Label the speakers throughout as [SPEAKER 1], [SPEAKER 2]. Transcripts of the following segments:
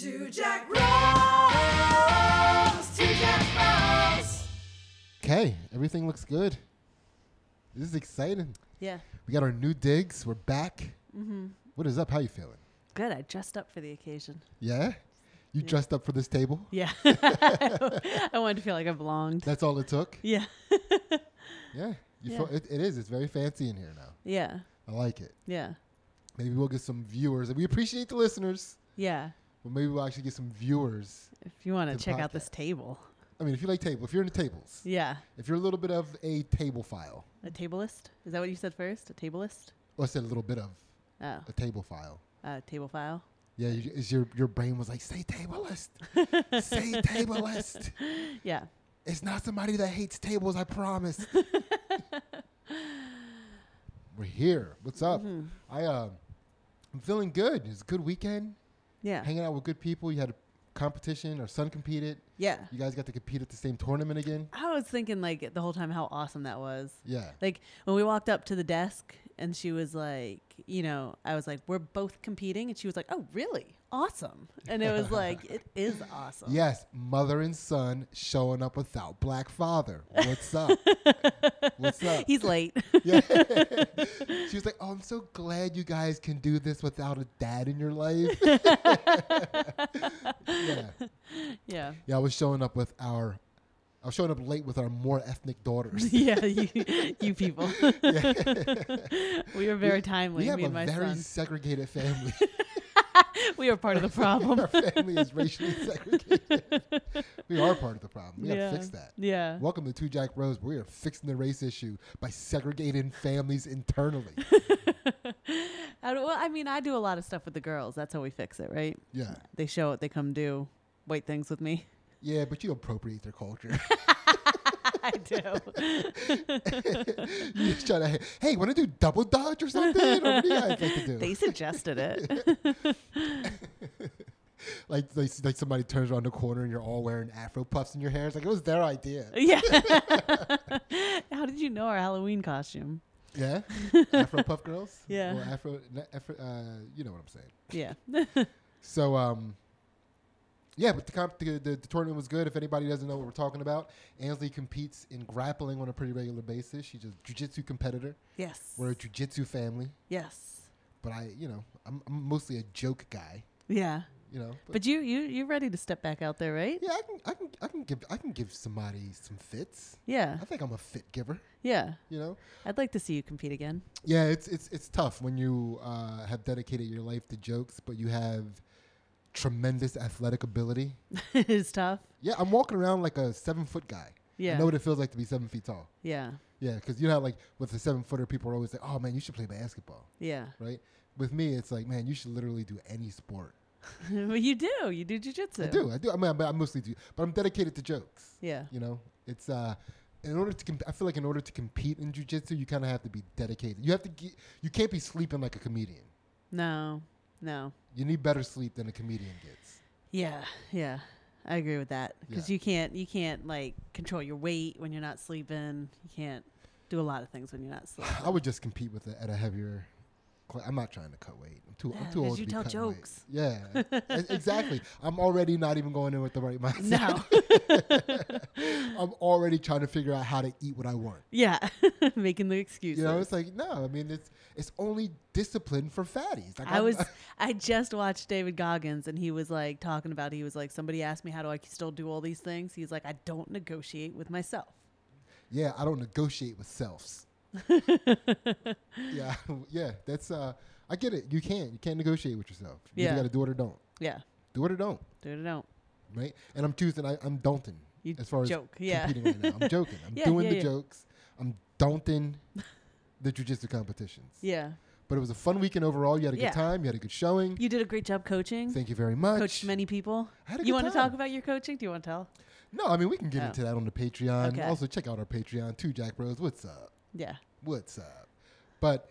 [SPEAKER 1] To Jack Rose! To Jack Rose!
[SPEAKER 2] Okay, everything looks good. This is exciting.
[SPEAKER 3] Yeah.
[SPEAKER 2] We got our new digs. We're back. What is up? How you feeling?
[SPEAKER 3] Good. I dressed up for the occasion.
[SPEAKER 2] Yeah? You dressed up for this table?
[SPEAKER 3] Yeah. I wanted to feel like I belonged.
[SPEAKER 2] That's all it took?
[SPEAKER 3] Yeah.
[SPEAKER 2] Yeah. You
[SPEAKER 3] Yeah.
[SPEAKER 2] Feel, it, it is. It's very fancy in here now.
[SPEAKER 3] Yeah.
[SPEAKER 2] I like it.
[SPEAKER 3] Yeah.
[SPEAKER 2] Maybe we'll get some viewers. And we appreciate the listeners,
[SPEAKER 3] Yeah.
[SPEAKER 2] but maybe we'll actually get some viewers.
[SPEAKER 3] If you want
[SPEAKER 2] Good
[SPEAKER 3] to check out this table.
[SPEAKER 2] I mean, if you like table, if you're into tables,
[SPEAKER 3] Yeah.
[SPEAKER 2] if you're a little bit of a table file,
[SPEAKER 3] A tableist? Is that what you said first? A tableist?
[SPEAKER 2] or I said a little bit of
[SPEAKER 3] Oh.
[SPEAKER 2] a table file.
[SPEAKER 3] A table file?
[SPEAKER 2] Yeah, you, is your, your brain was like, say table list. say table list.
[SPEAKER 3] Yeah.
[SPEAKER 2] It's not somebody that hates tables, I promise. We're here. What's up?
[SPEAKER 3] Mm-hmm.
[SPEAKER 2] I uh, I'm feeling good. It's a good weekend.
[SPEAKER 3] Yeah.
[SPEAKER 2] Hanging out with good people. You had a competition. Our son competed.
[SPEAKER 3] Yeah.
[SPEAKER 2] You guys got to compete at the same tournament again.
[SPEAKER 3] I was thinking like the whole time how awesome that was.
[SPEAKER 2] Yeah.
[SPEAKER 3] Like when we walked up to the desk and she was like, you know, I was like, we're both competing. And she was like, oh, really? Awesome. And it was like, it is awesome.
[SPEAKER 2] Yes, mother and son showing up without black father. What's up? What's up?
[SPEAKER 3] He's late.
[SPEAKER 2] Yeah. she was like, "Oh, I'm so glad you guys can do this without a dad in your life." yeah.
[SPEAKER 3] yeah.
[SPEAKER 2] Yeah, I was showing up with our. I was showing up late with our more ethnic daughters.
[SPEAKER 3] yeah, you, you people. we were very timely.
[SPEAKER 2] we have
[SPEAKER 3] me
[SPEAKER 2] a
[SPEAKER 3] and my
[SPEAKER 2] very
[SPEAKER 3] son.
[SPEAKER 2] segregated family.
[SPEAKER 3] we were part of the problem.
[SPEAKER 2] our family is racially segregated. we are part of the problem. We
[SPEAKER 3] yeah.
[SPEAKER 2] gotta fix that.
[SPEAKER 3] Yeah.
[SPEAKER 2] Welcome to Two Jack Rose. We are fixing the race issue by segregating families internally.
[SPEAKER 3] I, don't- well, I mean, I do a lot of stuff with the girls. That's how we fix it, right?
[SPEAKER 2] Yeah,
[SPEAKER 3] They show it, they come do white things with me.
[SPEAKER 2] yeah, but you appropriate their culture.
[SPEAKER 3] I do.
[SPEAKER 2] you just try to, hey, want to do double dodge or something? or what do you guys like to do?
[SPEAKER 3] they suggested it.
[SPEAKER 2] like, like, like somebody turns around the corner and you're all wearing afro puffs in your hair. It's like it was their idea.
[SPEAKER 3] yeah. how did you know our Halloween costume?
[SPEAKER 2] Yeah, Afro Puff Girls.
[SPEAKER 3] Yeah.
[SPEAKER 2] Well, Afro, not Afro uh, you know what I'm saying.
[SPEAKER 3] Yeah.
[SPEAKER 2] So, um, yeah, but the, comp- the, the the tournament was good. If anybody doesn't know what we're talking about, Ansley competes in grappling on a pretty regular basis. She's a jujitsu competitor.
[SPEAKER 3] Yes.
[SPEAKER 2] We're a jujitsu family,
[SPEAKER 3] yes.
[SPEAKER 2] but I, you know, I'm, I'm mostly a joke guy.
[SPEAKER 3] Yeah.
[SPEAKER 2] You know,
[SPEAKER 3] But you you you're ready to step back out there, right?
[SPEAKER 2] yeah, I can, I can, I can give, I can give somebody some fits.
[SPEAKER 3] Yeah.
[SPEAKER 2] I think I'm a fit giver.
[SPEAKER 3] Yeah.
[SPEAKER 2] You know,
[SPEAKER 3] I'd like to see you compete again.
[SPEAKER 2] Yeah, it's it's it's tough when you uh, have dedicated your life to jokes, but you have tremendous athletic ability.
[SPEAKER 3] it's tough.
[SPEAKER 2] Yeah, I'm walking around like a seven foot guy.
[SPEAKER 3] Yeah.
[SPEAKER 2] I know what it feels like to be seven feet tall.
[SPEAKER 3] Yeah.
[SPEAKER 2] Yeah, because you know, how, like with a seven footer, people are always like, "Oh man, you should play basketball,"
[SPEAKER 3] Yeah.
[SPEAKER 2] right? With me, it's like, man, you should literally do any sport.
[SPEAKER 3] well, you do. You do jujitsu.
[SPEAKER 2] I do, I do. I mean, I, I mostly do, but I'm dedicated to jokes.
[SPEAKER 3] Yeah.
[SPEAKER 2] You know, it's uh, in order to, comp- I feel like in order to compete in jujitsu, you kind of have to be dedicated. You have to, ge- you can't be sleeping like a comedian.
[SPEAKER 3] No. No.
[SPEAKER 2] You need better sleep than a comedian gets.
[SPEAKER 3] Yeah. Yeah. I agree with that because
[SPEAKER 2] Yeah.
[SPEAKER 3] you can't you can't like control your weight when you're not sleeping. You can't do a lot of things when you're not sleeping.
[SPEAKER 2] I would just compete with it at a heavier. Cl- I'm not trying to cut weight. I'm too.
[SPEAKER 3] Yeah,
[SPEAKER 2] I'm too
[SPEAKER 3] 'cause
[SPEAKER 2] old
[SPEAKER 3] you
[SPEAKER 2] to be
[SPEAKER 3] tell
[SPEAKER 2] cutting weight.
[SPEAKER 3] jokes.
[SPEAKER 2] Yeah, e- exactly. I'm already not even going in with the right mindset.
[SPEAKER 3] No.
[SPEAKER 2] I'm already trying to figure out how to eat what I want.
[SPEAKER 3] yeah. Making the excuses.
[SPEAKER 2] You know, it's like no. I mean, it's it's only discipline for fatties. Like
[SPEAKER 3] I
[SPEAKER 2] I'm-
[SPEAKER 3] was I just watched David Goggins and he was like talking about he was like somebody asked me how do I still do all these things. He's like I don't negotiate with myself.
[SPEAKER 2] Yeah, I don't negotiate with selves. yeah, yeah. That's uh. I get it. You can't. You can't negotiate with yourself. You
[SPEAKER 3] Yeah.
[SPEAKER 2] got to do it or don't.
[SPEAKER 3] Yeah.
[SPEAKER 2] Do it or don't.
[SPEAKER 3] Do it or don't.
[SPEAKER 2] right? And I'm choosing. I, I'm daunting
[SPEAKER 3] You
[SPEAKER 2] as far as
[SPEAKER 3] joke, yeah.
[SPEAKER 2] competing right now. I'm joking. I'm
[SPEAKER 3] Yeah,
[SPEAKER 2] doing
[SPEAKER 3] yeah,
[SPEAKER 2] the
[SPEAKER 3] yeah.
[SPEAKER 2] jokes. I'm daunting the jujitsu competitions.
[SPEAKER 3] Yeah.
[SPEAKER 2] But it was a fun weekend overall. You had a
[SPEAKER 3] Yeah.
[SPEAKER 2] good time. You had a good showing.
[SPEAKER 3] You did a great job coaching.
[SPEAKER 2] Thank you very much.
[SPEAKER 3] coached many people.
[SPEAKER 2] I had a good
[SPEAKER 3] you want to
[SPEAKER 2] time.
[SPEAKER 3] talk about your coaching? Do you want to tell?
[SPEAKER 2] No, I mean we can get
[SPEAKER 3] Oh.
[SPEAKER 2] into that on the Patreon.
[SPEAKER 3] Okay.
[SPEAKER 2] Also check out our Patreon too, Jack Bros. What's up?
[SPEAKER 3] Yeah.
[SPEAKER 2] What's up? But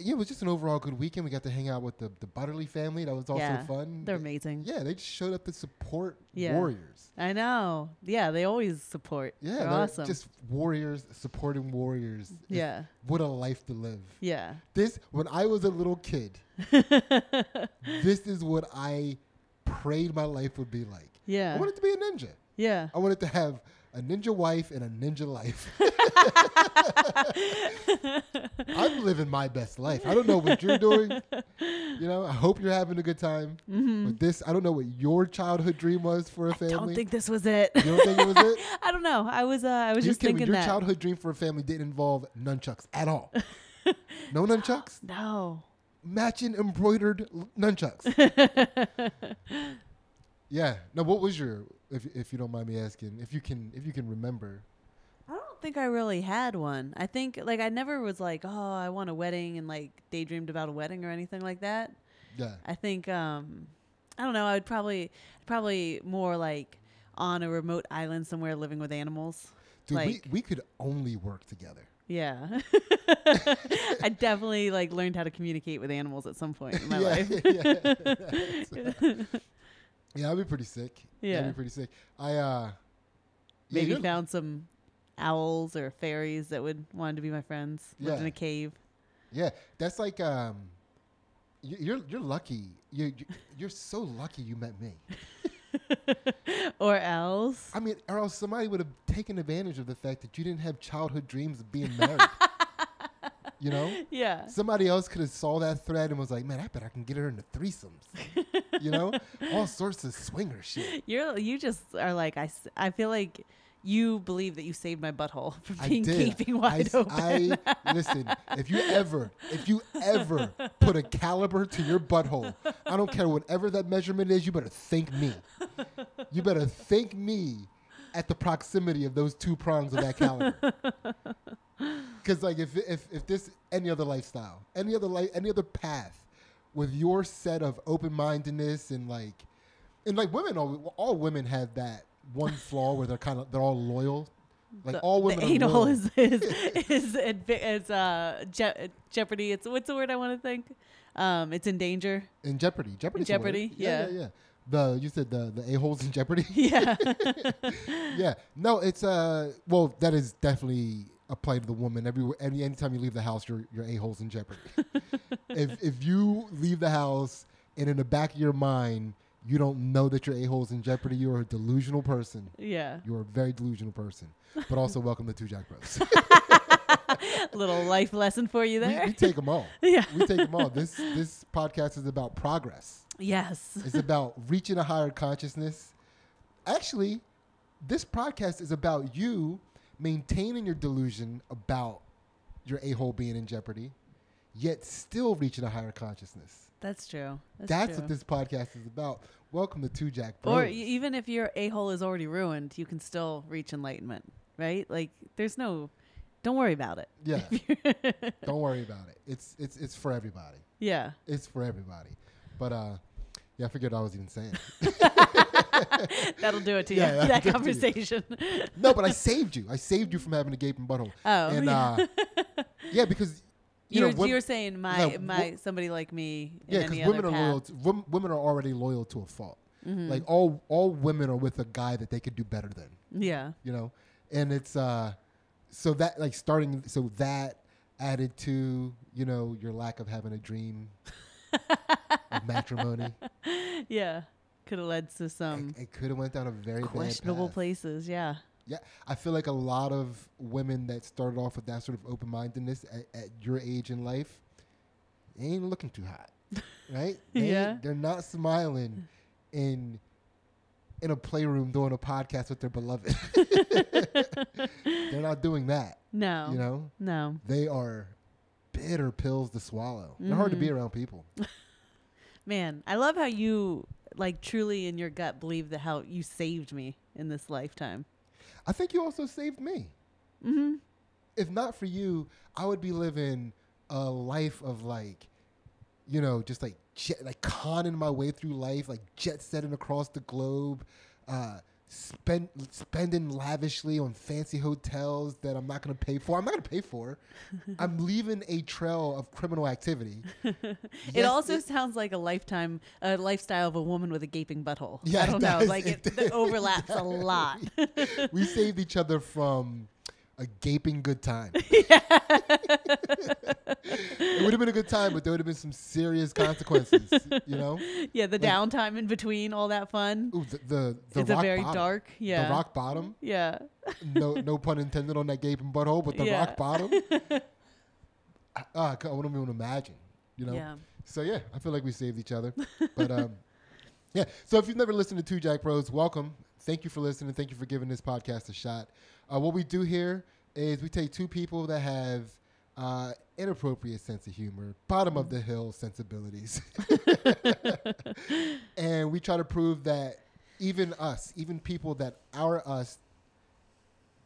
[SPEAKER 2] yeah, it was just an overall good weekend. We got to hang out with the, the Butterly family. That was also
[SPEAKER 3] Yeah,
[SPEAKER 2] fun.
[SPEAKER 3] They're
[SPEAKER 2] They-
[SPEAKER 3] amazing.
[SPEAKER 2] Yeah, they just showed up to support
[SPEAKER 3] Yeah.
[SPEAKER 2] warriors.
[SPEAKER 3] I know. Yeah, they always support.
[SPEAKER 2] Yeah,
[SPEAKER 3] they're
[SPEAKER 2] they're
[SPEAKER 3] awesome.
[SPEAKER 2] just warriors supporting warriors. It's-
[SPEAKER 3] yeah,
[SPEAKER 2] what a life to live.
[SPEAKER 3] yeah.
[SPEAKER 2] This when I was a little kid, this is what I prayed my life would be like. I
[SPEAKER 3] Yeah.
[SPEAKER 2] wanted to be a ninja.
[SPEAKER 3] yeah.
[SPEAKER 2] I wanted to have a ninja wife and a ninja life. I'm living my best life. I don't know what you're doing. You know, I hope you're having a good time. But this, I don't know what your childhood dream was for a
[SPEAKER 3] Mm-hmm. I
[SPEAKER 2] family.
[SPEAKER 3] don't think this was it.
[SPEAKER 2] you don't think it was it?
[SPEAKER 3] I don't know. I was uh, I was
[SPEAKER 2] you
[SPEAKER 3] just
[SPEAKER 2] kidding me.
[SPEAKER 3] thinking
[SPEAKER 2] Your
[SPEAKER 3] that.
[SPEAKER 2] childhood dream for a family didn't involve nunchucks at all. no nunchucks?
[SPEAKER 3] no.
[SPEAKER 2] Matching embroidered l- nunchucks. yeah. No, what was your if if you don't mind me asking, if you can if you can remember.
[SPEAKER 3] I don't think I really had one. I think like I never was like, "Oh, I want a wedding" and like daydreamed about a wedding or anything like that.
[SPEAKER 2] Yeah.
[SPEAKER 3] I think um I don't know, I would probably probably more like on a remote island somewhere living with animals.
[SPEAKER 2] Dude,
[SPEAKER 3] like
[SPEAKER 2] we, we could only work together.
[SPEAKER 3] yeah. I definitely like learned how to communicate with animals at some point in my
[SPEAKER 2] yeah,
[SPEAKER 3] life.
[SPEAKER 2] yeah. yeah, that'd be pretty sick.
[SPEAKER 3] Yeah.
[SPEAKER 2] That'd be pretty sick. I uh yeah,
[SPEAKER 3] Maybe
[SPEAKER 2] you're-
[SPEAKER 3] found some owls or fairies that would wanted to be my friends. Lived in
[SPEAKER 2] Yeah.
[SPEAKER 3] a cave.
[SPEAKER 2] Yeah, that's like um, you- you're you're lucky. You you- you're so lucky you met me.
[SPEAKER 3] Or owls.
[SPEAKER 2] I mean, or else somebody would have taken advantage of the fact that you didn't have childhood dreams of being married. you know,
[SPEAKER 3] Yeah.
[SPEAKER 2] somebody else could have saw that thread and was like, "Man, I bet I can get her into threesomes." you know, all sorts of swinger shit.
[SPEAKER 3] You're you just are like I, s- I feel like you believe that you saved my butthole from
[SPEAKER 2] I
[SPEAKER 3] being
[SPEAKER 2] did.
[SPEAKER 3] gaping
[SPEAKER 2] I
[SPEAKER 3] wide
[SPEAKER 2] s-
[SPEAKER 3] open.
[SPEAKER 2] I listen. If you ever, if you ever put a caliber to your butthole, I don't care whatever that measurement is. You better thank me. You better thank me at the proximity of those two prongs of that caliber. Because like if if if this any other lifestyle, any other life, any other path, with your set of open mindedness and like, and like women, all, all women have that one flaw where they're kind of they're all loyal. Like
[SPEAKER 3] the,
[SPEAKER 2] all
[SPEAKER 3] the
[SPEAKER 2] women are
[SPEAKER 3] anal
[SPEAKER 2] loyal.
[SPEAKER 3] is is is, advi- is uh je- jeopardy. It's what's the word I want to think? Um, it's in danger.
[SPEAKER 2] In Jeopardy. Jeopardy.
[SPEAKER 3] Jeopardy,
[SPEAKER 2] Yeah,
[SPEAKER 3] yeah.
[SPEAKER 2] yeah, yeah. The you said the the a holes in Jeopardy.
[SPEAKER 3] Yeah,
[SPEAKER 2] yeah. No, it's uh. Well, that is definitely applied to the woman. Every any anytime you leave the house, your your a holes in Jeopardy. if if you leave the house and in the back of your mind you don't know that your a holes in Jeopardy, you are a delusional person.
[SPEAKER 3] yeah.
[SPEAKER 2] You are a very delusional person. But also welcome to Two Jack Bros.
[SPEAKER 3] Little life lesson for you
[SPEAKER 2] we,
[SPEAKER 3] there.
[SPEAKER 2] we take them all.
[SPEAKER 3] Yeah.
[SPEAKER 2] We take them all. This this podcast is about progress.
[SPEAKER 3] yes.
[SPEAKER 2] It's about reaching a higher consciousness. Actually, this podcast is about you maintaining your delusion about your a hole being in jeopardy, yet still reaching a higher consciousness.
[SPEAKER 3] That's true. That's,
[SPEAKER 2] That's, oh.
[SPEAKER 3] true.
[SPEAKER 2] what this podcast is about. Welcome to Two Jack Bros.
[SPEAKER 3] Or e- even if your a hole is already ruined, you can still reach enlightenment, right? Like, there's no, don't worry about it.
[SPEAKER 2] yeah, don't worry about it. It's it's it's for everybody.
[SPEAKER 3] Yeah.
[SPEAKER 2] It's for everybody. But uh, yeah, I figured I was even saying.
[SPEAKER 3] That'll do it to
[SPEAKER 2] Yeah, that'll
[SPEAKER 3] you.
[SPEAKER 2] do it
[SPEAKER 3] that
[SPEAKER 2] to you.
[SPEAKER 3] conversation.
[SPEAKER 2] No, but I saved you. I saved you from having a gaping butthole.
[SPEAKER 3] Oh,
[SPEAKER 2] and,
[SPEAKER 3] yeah.
[SPEAKER 2] Uh, yeah, because you
[SPEAKER 3] You are
[SPEAKER 2] know when-
[SPEAKER 3] you're saying my
[SPEAKER 2] Yeah,
[SPEAKER 3] my
[SPEAKER 2] wo-
[SPEAKER 3] somebody like me in
[SPEAKER 2] Yeah,
[SPEAKER 3] any
[SPEAKER 2] because
[SPEAKER 3] other
[SPEAKER 2] women are
[SPEAKER 3] path. Mm-hmm.
[SPEAKER 2] loyal. To, wom- women are already loyal to a fault. Like all all women are with a guy that they could do better than.
[SPEAKER 3] Yeah.
[SPEAKER 2] You know, and it's uh, so that like starting so that added to you know your lack of having a dream of matrimony.
[SPEAKER 3] Yeah. Could have led to some
[SPEAKER 2] It, could have went down a very bad
[SPEAKER 3] Um, questionable
[SPEAKER 2] path.
[SPEAKER 3] places. Yeah.
[SPEAKER 2] Yeah, I feel like a lot of women that started off with that sort of open mindedness at, at your age in life, they ain't looking too hot, right? They ain't-
[SPEAKER 3] Yeah.
[SPEAKER 2] they're not smiling in in a playroom doing a podcast with their beloved. they're not doing that,
[SPEAKER 3] No.
[SPEAKER 2] you know.
[SPEAKER 3] No.
[SPEAKER 2] They are bitter pills to swallow. They're hard to
[SPEAKER 3] Mm-hmm.
[SPEAKER 2] be around people.
[SPEAKER 3] Man, I love how you like truly in your gut believe that how you saved me in this lifetime.
[SPEAKER 2] I think you also saved me.
[SPEAKER 3] Mm-hmm.
[SPEAKER 2] if not for you, I would be living a life of like, you know, just like jet, like conning my way through life, like jet setting across the globe, uh, spend spending lavishly on fancy hotels that I'm not going to pay for. I'm not going to pay for. I'm leaving a trail of criminal activity.
[SPEAKER 3] it
[SPEAKER 2] Yes,
[SPEAKER 3] also sounds like a lifetime, a lifestyle of a woman with a gaping butthole.
[SPEAKER 2] Yeah,
[SPEAKER 3] I
[SPEAKER 2] it
[SPEAKER 3] don't know.
[SPEAKER 2] does.
[SPEAKER 3] Like
[SPEAKER 2] It
[SPEAKER 3] it,
[SPEAKER 2] does.
[SPEAKER 3] it overlaps a lot.
[SPEAKER 2] we saved each other from a gaping good time. it would have been a good time, but there would have been some serious consequences. You know,
[SPEAKER 3] yeah, the downtime in between, all that fun.
[SPEAKER 2] Ooh, the the, the
[SPEAKER 3] it's
[SPEAKER 2] rock
[SPEAKER 3] a very
[SPEAKER 2] bottom.
[SPEAKER 3] dark. Yeah.
[SPEAKER 2] The rock bottom.
[SPEAKER 3] Yeah.
[SPEAKER 2] No, no pun intended on that gaping butthole, but the
[SPEAKER 3] Yeah.
[SPEAKER 2] rock bottom. I, ah, I c- I don't even imagine. You know.
[SPEAKER 3] Yeah.
[SPEAKER 2] So yeah, I feel like we saved each other. But um, yeah. So if you've never listened to Two Jack Bros, welcome. Thank you for listening. Thank you for giving this podcast a shot. Uh, what we do here is we take two people that have uh, inappropriate sense of humor, bottom of the hill sensibilities, and we try to prove that even us, even people that are us,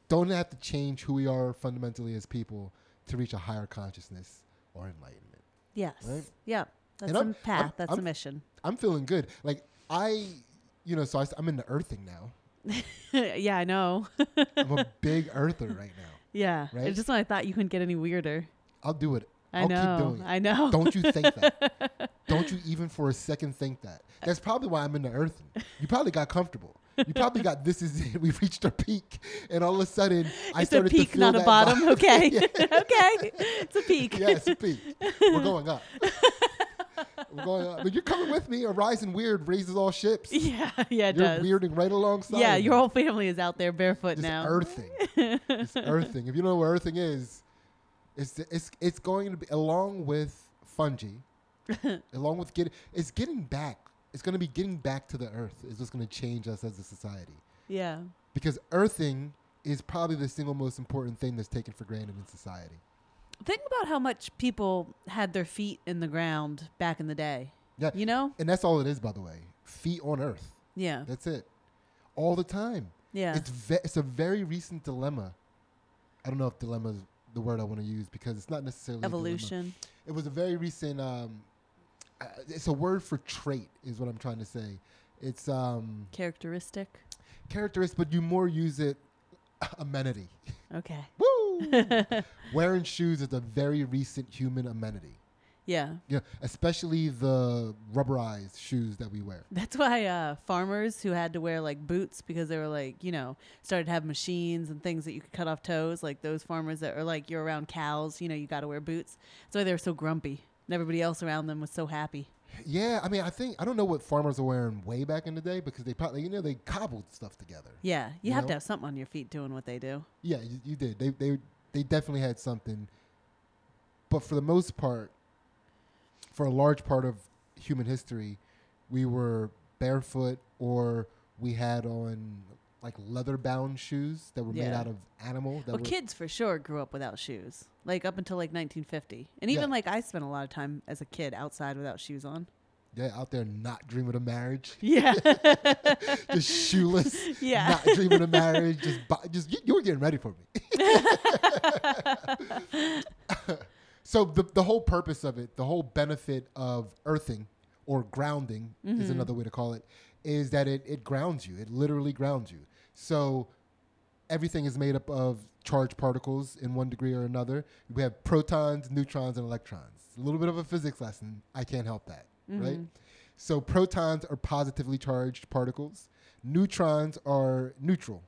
[SPEAKER 2] don't have to change who we are fundamentally as people to reach a higher consciousness or enlightenment.
[SPEAKER 3] Yes.
[SPEAKER 2] Right?
[SPEAKER 3] Yeah. That's
[SPEAKER 2] And I'm-
[SPEAKER 3] a path.
[SPEAKER 2] I'm-
[SPEAKER 3] That's
[SPEAKER 2] I'm-
[SPEAKER 3] a mission.
[SPEAKER 2] I'm feeling good. Like I, you know, so I, am in the earthing now.
[SPEAKER 3] yeah, I know.
[SPEAKER 2] I'm a big earther right now.
[SPEAKER 3] yeah.
[SPEAKER 2] Right?
[SPEAKER 3] It's just when I thought you couldn't get any weirder.
[SPEAKER 2] I'll do it.
[SPEAKER 3] I
[SPEAKER 2] I'll
[SPEAKER 3] know.
[SPEAKER 2] keep doing it.
[SPEAKER 3] I know.
[SPEAKER 2] Don't you think that? Don't you even for a second think that? That's probably why I'm in the earthing. You probably got comfortable. You probably got this is it. We've reached our peak, and all of a sudden I
[SPEAKER 3] it's a
[SPEAKER 2] started to
[SPEAKER 3] peak,
[SPEAKER 2] feel
[SPEAKER 3] not a
[SPEAKER 2] that
[SPEAKER 3] bottom.
[SPEAKER 2] vibe.
[SPEAKER 3] Okay.
[SPEAKER 2] Yeah.
[SPEAKER 3] okay. It's a peak.
[SPEAKER 2] yeah, it's a peak. We're going up. We're going up. But you're coming with me. A rising weird raises all ships.
[SPEAKER 3] Yeah. Yeah, it
[SPEAKER 2] you're
[SPEAKER 3] does.
[SPEAKER 2] weirding right alongside.
[SPEAKER 3] yeah,
[SPEAKER 2] me.
[SPEAKER 3] your whole family is out there barefoot
[SPEAKER 2] Just
[SPEAKER 3] now.
[SPEAKER 2] earthing. Just earthing. If you don't know what earthing is, it's it's it's going to be along with fungi, along with getting it's getting back. It's going to be getting back to the earth. Is what's going to change us as a society
[SPEAKER 3] Yeah.
[SPEAKER 2] because earthing is probably the single most important thing that's taken for granted in society.
[SPEAKER 3] Think about how much people had their feet in the ground back in the day.
[SPEAKER 2] Yeah,
[SPEAKER 3] You know?
[SPEAKER 2] and that's all it is, by the way. Feet on earth.
[SPEAKER 3] Yeah.
[SPEAKER 2] That's it. All the time.
[SPEAKER 3] Yeah.
[SPEAKER 2] It's ve- it's a very recent dilemma. I don't know if dilemma is the word I want to use because it's not necessarily a dilemma.
[SPEAKER 3] Evolution.
[SPEAKER 2] it was a very recent um uh, it's a word for trait is what i'm trying to say it's um
[SPEAKER 3] Characteristic.
[SPEAKER 2] characteristic but you more use it amenity
[SPEAKER 3] Okay.
[SPEAKER 2] Woo! wearing shoes is a very recent human amenity
[SPEAKER 3] Yeah.
[SPEAKER 2] yeah especially the rubberized shoes that we wear
[SPEAKER 3] That's why uh, farmers who had to wear like boots because they were like, you know, started to have machines and things that you could cut off toes. Like those farmers that are like, you're around cows, you know, you got to wear boots. That's why they were so grumpy. And everybody else around them was so happy.
[SPEAKER 2] yeah i mean i think i don't know what farmers are wearing way back in the day because they probably you know they cobbled stuff together
[SPEAKER 3] Yeah. You,
[SPEAKER 2] You
[SPEAKER 3] have
[SPEAKER 2] know?
[SPEAKER 3] to have something on your feet doing what they do.
[SPEAKER 2] Yeah, you, you did. They they they definitely had something, but for the most part, for a large part of human history, we were barefoot or we had on like leather bound shoes that were made
[SPEAKER 3] Yeah.
[SPEAKER 2] out of animal. That
[SPEAKER 3] Well,
[SPEAKER 2] were,
[SPEAKER 3] kids for sure grew up without shoes, like up until like 1950. And even
[SPEAKER 2] Yeah.
[SPEAKER 3] like I spent a lot of time as a kid outside without shoes on.
[SPEAKER 2] yeah, out there not dreaming of marriage,
[SPEAKER 3] Yeah.
[SPEAKER 2] just shoeless.
[SPEAKER 3] yeah.
[SPEAKER 2] Not dreaming of marriage, just bo- just you, you were getting ready for me. so the the whole purpose of it, the whole benefit of earthing or grounding is another way to call it, is that it it grounds you. It literally grounds you. So everything is made up of charged particles in one degree or another. We have protons, neutrons, and electrons. A little bit of a physics lesson. I can't help that, right? So protons are positively charged particles. Neutrons are neutral.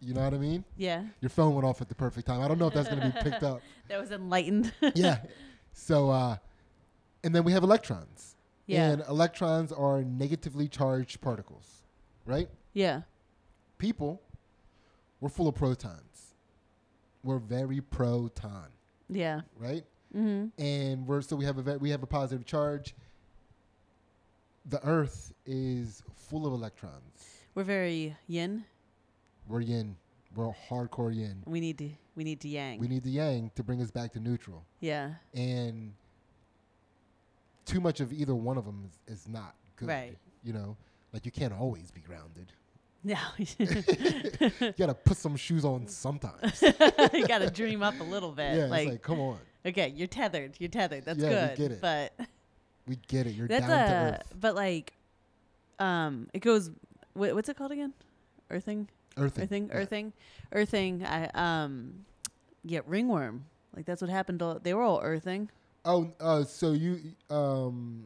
[SPEAKER 2] You know what I mean?
[SPEAKER 3] yeah.
[SPEAKER 2] Your phone went off at the perfect time. I don't know if that's going to be picked up.
[SPEAKER 3] That was enlightened.
[SPEAKER 2] Yeah. So, uh, and then we have electrons.
[SPEAKER 3] yeah.
[SPEAKER 2] And electrons are negatively charged particles, right?
[SPEAKER 3] yeah.
[SPEAKER 2] people, we're full of protons. We're very proton,
[SPEAKER 3] Yeah.
[SPEAKER 2] right?
[SPEAKER 3] Mm-hmm.
[SPEAKER 2] And we're so we have a ve- we have a positive charge. The Earth is full of electrons.
[SPEAKER 3] We're very yin.
[SPEAKER 2] We're yin. We're hardcore yin.
[SPEAKER 3] We need to we need to yang.
[SPEAKER 2] We need the yang to bring us back to neutral.
[SPEAKER 3] yeah.
[SPEAKER 2] And too much of either one of them is, is not good.
[SPEAKER 3] Right.
[SPEAKER 2] You know, like you can't always be grounded.
[SPEAKER 3] No.
[SPEAKER 2] You gotta put some shoes on sometimes.
[SPEAKER 3] you got to dream up a little bit.
[SPEAKER 2] yeah,
[SPEAKER 3] like,
[SPEAKER 2] it's like come on.
[SPEAKER 3] okay, you're tethered. You're tethered. That's
[SPEAKER 2] Yeah, we
[SPEAKER 3] good.
[SPEAKER 2] get it.
[SPEAKER 3] But
[SPEAKER 2] We get it. You're
[SPEAKER 3] that's
[SPEAKER 2] down to
[SPEAKER 3] a
[SPEAKER 2] earth.
[SPEAKER 3] but like um it goes Wha what's it called again? Earthing,
[SPEAKER 2] Earthing.
[SPEAKER 3] earthing,
[SPEAKER 2] Yeah.
[SPEAKER 3] earthing, earthing. I um, yeah, ringworm. Like that's what happened. To, they were all earthing.
[SPEAKER 2] Oh, uh, so you, um,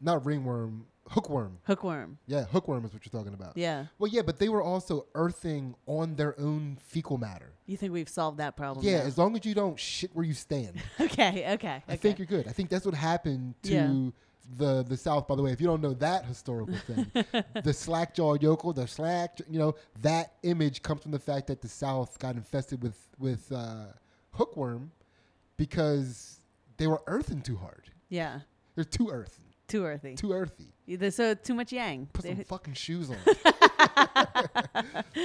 [SPEAKER 2] not ringworm, hookworm.
[SPEAKER 3] Hookworm.
[SPEAKER 2] Yeah, hookworm is what you're talking about.
[SPEAKER 3] Yeah.
[SPEAKER 2] Well, yeah, but they were also earthing on their own fecal matter.
[SPEAKER 3] You think we've solved that problem?
[SPEAKER 2] Yeah,
[SPEAKER 3] now?
[SPEAKER 2] as long as you don't shit where you stand,
[SPEAKER 3] okay. Okay.
[SPEAKER 2] I
[SPEAKER 3] okay.
[SPEAKER 2] think you're good. I think that's what happened to
[SPEAKER 3] Yeah.
[SPEAKER 2] the the South. By the way, if you don't know that historical thing, the slack jawed yokel, the slack, you know, that image comes from the fact that the South got infested with with uh, hookworm because they were earthing too hard.
[SPEAKER 3] yeah.
[SPEAKER 2] They're too earthy,
[SPEAKER 3] Too earthy.
[SPEAKER 2] too earthy.
[SPEAKER 3] Y- there's so too much yang.
[SPEAKER 2] Put some
[SPEAKER 3] They-
[SPEAKER 2] fucking shoes on. and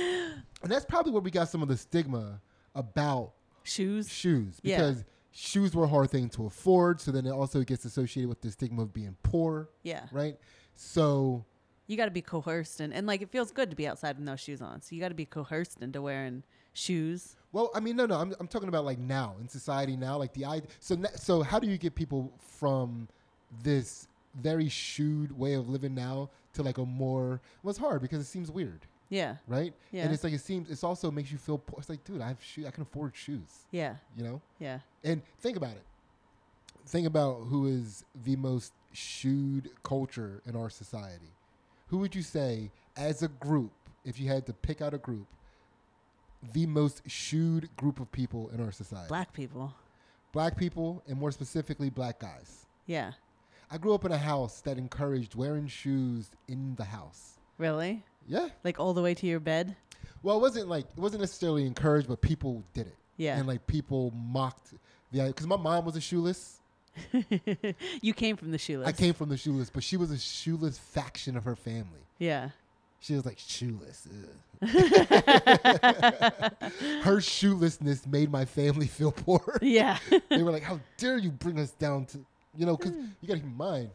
[SPEAKER 2] that's probably where we got some of the stigma about
[SPEAKER 3] shoes.
[SPEAKER 2] shoes
[SPEAKER 3] Yeah.
[SPEAKER 2] because shoes were a hard thing to afford. So then it also gets associated with the stigma of being poor,
[SPEAKER 3] Yeah.
[SPEAKER 2] right? So
[SPEAKER 3] You got to be coerced and, and like it feels good to be outside with no shoes on. So you got to be coerced into wearing shoes.
[SPEAKER 2] Well, I mean, no, no. I'm, I'm talking about like now in society now, like the idea. So, na- so how do you get people from this very shooed way of living now to like a more? Well, it's hard because it seems weird,
[SPEAKER 3] Yeah.
[SPEAKER 2] right?
[SPEAKER 3] Yeah.
[SPEAKER 2] And it's like it seems. It's also makes you feel. Poor. It's like, dude, I have shoes. I can afford shoes.
[SPEAKER 3] Yeah.
[SPEAKER 2] You know.
[SPEAKER 3] Yeah.
[SPEAKER 2] And think about it. Think about who is the most shooed culture in our society. Who would you say, as a group, if you had to pick out a group, the most shooed group of people in our society?
[SPEAKER 3] Black people.
[SPEAKER 2] Black people, and more specifically, black guys.
[SPEAKER 3] Yeah.
[SPEAKER 2] I grew up in a house that encouraged wearing shoes in the house.
[SPEAKER 3] Really?
[SPEAKER 2] Yeah.
[SPEAKER 3] Like all the way to your bed?
[SPEAKER 2] Well, it wasn't like it wasn't necessarily encouraged, but people did it.
[SPEAKER 3] Yeah.
[SPEAKER 2] And like people mocked the because my mom was a shoeless.
[SPEAKER 3] you came from the shoeless.
[SPEAKER 2] I came from the shoeless, but she was a shoeless faction of her family.
[SPEAKER 3] Yeah.
[SPEAKER 2] She was like shoeless. ugh." her shoelessness made my family feel poor.
[SPEAKER 3] Yeah.
[SPEAKER 2] they were like, "How dare you bring us down to you know?" Because you got to keep in mind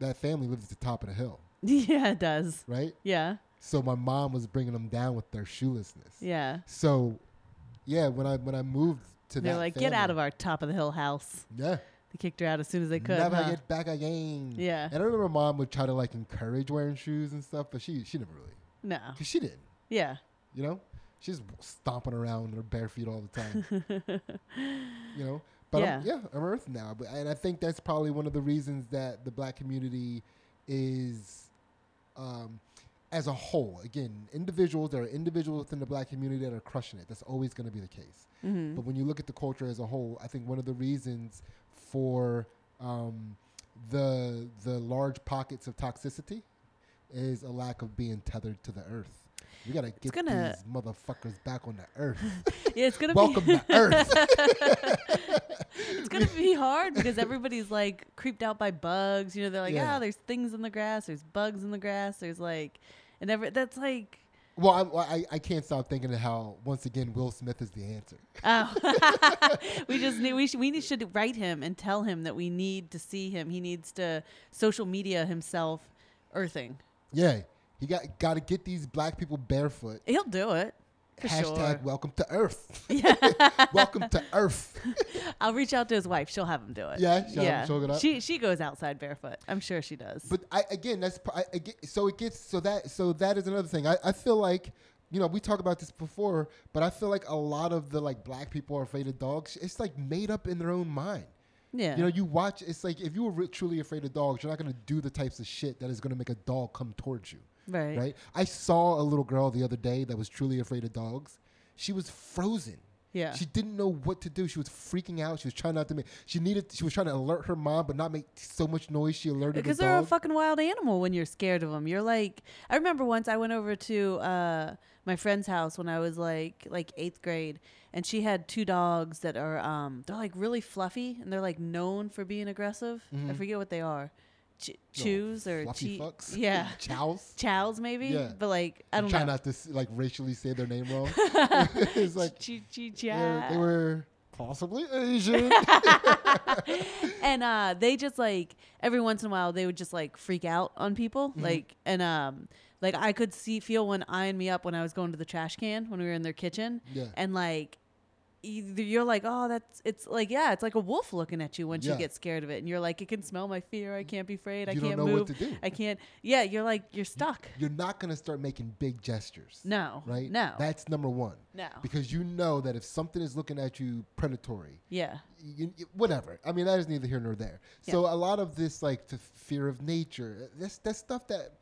[SPEAKER 2] that family lived at the top of the hill,
[SPEAKER 3] yeah, it does.
[SPEAKER 2] right?
[SPEAKER 3] Yeah.
[SPEAKER 2] So my mom was bringing them down with their shoelessness.
[SPEAKER 3] Yeah.
[SPEAKER 2] So, yeah, when I when I moved to
[SPEAKER 3] They're
[SPEAKER 2] that,
[SPEAKER 3] like, get out of
[SPEAKER 2] family-
[SPEAKER 3] our top of the hill house.
[SPEAKER 2] yeah.
[SPEAKER 3] They kicked her out as soon as they could.
[SPEAKER 2] Never
[SPEAKER 3] huh?
[SPEAKER 2] get back again.
[SPEAKER 3] Yeah.
[SPEAKER 2] And I remember mom would try to like encourage wearing shoes and stuff, but she she never really,
[SPEAKER 3] No.
[SPEAKER 2] cause she didn't.
[SPEAKER 3] Yeah.
[SPEAKER 2] You know, she's stomping around in her bare feet all the time. you know, but I'm, yeah, I'm Earth now, but and I think that's probably one of the reasons that the black community is, um, as a whole, again, individuals there are individuals within the black community that are crushing it. That's always going to be the case.
[SPEAKER 3] Mm-hmm.
[SPEAKER 2] But when you look at the culture as a whole, I think one of the reasons for um, the the large pockets of toxicity is a lack of being tethered to the earth. We gotta get
[SPEAKER 3] gonna-
[SPEAKER 2] these motherfuckers back on the earth.
[SPEAKER 3] Yeah, it's gonna
[SPEAKER 2] Welcome
[SPEAKER 3] be
[SPEAKER 2] to Earth.
[SPEAKER 3] it's gonna be hard because everybody's like creeped out by bugs. You know, they're like,
[SPEAKER 2] Yeah.
[SPEAKER 3] ah, there's things in the grass, there's bugs in the grass, there's like, and every that's like,
[SPEAKER 2] Well, I, well, I I can't stop thinking of how once again Will Smith is the answer.
[SPEAKER 3] oh, we just need we should we need, should write him and tell him that we need to see him. He needs to social media himself, earthing.
[SPEAKER 2] Yeah, he got got to get these black people barefoot.
[SPEAKER 3] He'll do it. For
[SPEAKER 2] Hashtag
[SPEAKER 3] sure.
[SPEAKER 2] Welcome to Earth. welcome to Earth.
[SPEAKER 3] I'll reach out to his wife. She'll have him do it.
[SPEAKER 2] Yeah, she'll- she'll get up.
[SPEAKER 3] She she goes outside barefoot. I'm sure she does.
[SPEAKER 2] But I again, that's p- I, I get- so it gets so that so that is another thing. I, I feel like you know we talked about this before, but I feel like a lot of the like black people are afraid of dogs. It's like made up in their own mind.
[SPEAKER 3] yeah.
[SPEAKER 2] You know, you watch. It's like if you were re- truly afraid of dogs, you're not gonna do the types of shit that is gonna make a dog come towards you,
[SPEAKER 3] right.
[SPEAKER 2] right? I saw a little girl the other day that was truly afraid of dogs. She was frozen.
[SPEAKER 3] Yeah.
[SPEAKER 2] She didn't know what to do. She was freaking out. She was trying not to make. She needed. She was trying to alert her mom, but not make so much noise. She alerted the
[SPEAKER 3] because they're a
[SPEAKER 2] dog.
[SPEAKER 3] fucking wild animal when you're scared of them you're like i remember once i went over to uh, my friend's house when i was like like eighth grade and she had two dogs that are um, they're like really fluffy and they're like known for being aggressive i forget what they are Ch- chews or
[SPEAKER 2] Mm-hmm. fluffy
[SPEAKER 3] chi-
[SPEAKER 2] fucks.
[SPEAKER 3] yeah
[SPEAKER 2] chows.
[SPEAKER 3] chows maybe
[SPEAKER 2] Yeah.
[SPEAKER 3] but like i
[SPEAKER 2] I'm
[SPEAKER 3] don't
[SPEAKER 2] trying
[SPEAKER 3] know
[SPEAKER 2] not to s- like racially say their name wrong. it's like
[SPEAKER 3] Ch- ch-
[SPEAKER 2] they
[SPEAKER 3] chow.
[SPEAKER 2] were- they were possibly Asian.
[SPEAKER 3] and uh, they just like every once in a while they would just like freak out on people
[SPEAKER 2] Mm-hmm.
[SPEAKER 3] like and um like i could see feel one eyeing me up when i was going to the trash can when we were in their kitchen
[SPEAKER 2] Yeah.
[SPEAKER 3] and like either you're like, oh, that's it's like yeah, it's like a wolf looking at you once
[SPEAKER 2] Yeah.
[SPEAKER 3] you get scared of it, and you're like, it can smell my fear. I can't be afraid. I
[SPEAKER 2] You don't
[SPEAKER 3] can't
[SPEAKER 2] know
[SPEAKER 3] move.
[SPEAKER 2] what to do.
[SPEAKER 3] I can't. Yeah, you're like you're stuck.
[SPEAKER 2] You're not going to start making big gestures.
[SPEAKER 3] No.
[SPEAKER 2] Right?
[SPEAKER 3] No.
[SPEAKER 2] That's number one.
[SPEAKER 3] No.
[SPEAKER 2] Because you know that if something is looking at you predatory,
[SPEAKER 3] yeah.
[SPEAKER 2] you, you- whatever. I mean, that is neither here nor there. So a lot of this, like the fear of nature, that's that's stuff that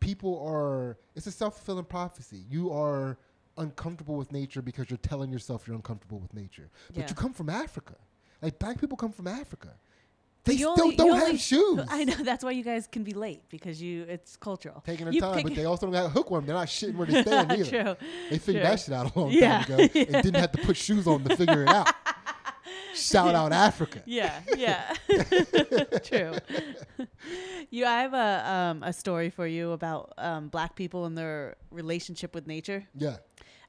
[SPEAKER 2] people are. It's a self fulfilling prophecy. You are uncomfortable with nature because you're telling yourself you're uncomfortable with nature. But
[SPEAKER 3] Yeah.
[SPEAKER 2] you come from Africa. Like black people come from Africa. They
[SPEAKER 3] You
[SPEAKER 2] still
[SPEAKER 3] only-
[SPEAKER 2] don't
[SPEAKER 3] you
[SPEAKER 2] have
[SPEAKER 3] only-
[SPEAKER 2] shoes.
[SPEAKER 3] I know that's why you guys can be late because you it's cultural.
[SPEAKER 2] Taking their
[SPEAKER 3] You
[SPEAKER 2] time,
[SPEAKER 3] pick-
[SPEAKER 2] but they also don't got a hook one. They're not shitting where they stand either.
[SPEAKER 3] True.
[SPEAKER 2] They figured
[SPEAKER 3] True.
[SPEAKER 2] that shit out a long
[SPEAKER 3] Yeah.
[SPEAKER 2] time ago and didn't have to put shoes on to figure it out. Shout out Africa.
[SPEAKER 3] Yeah, yeah. True. you, I have a um, a story for you about um, black people and their relationship with nature.
[SPEAKER 2] Yeah.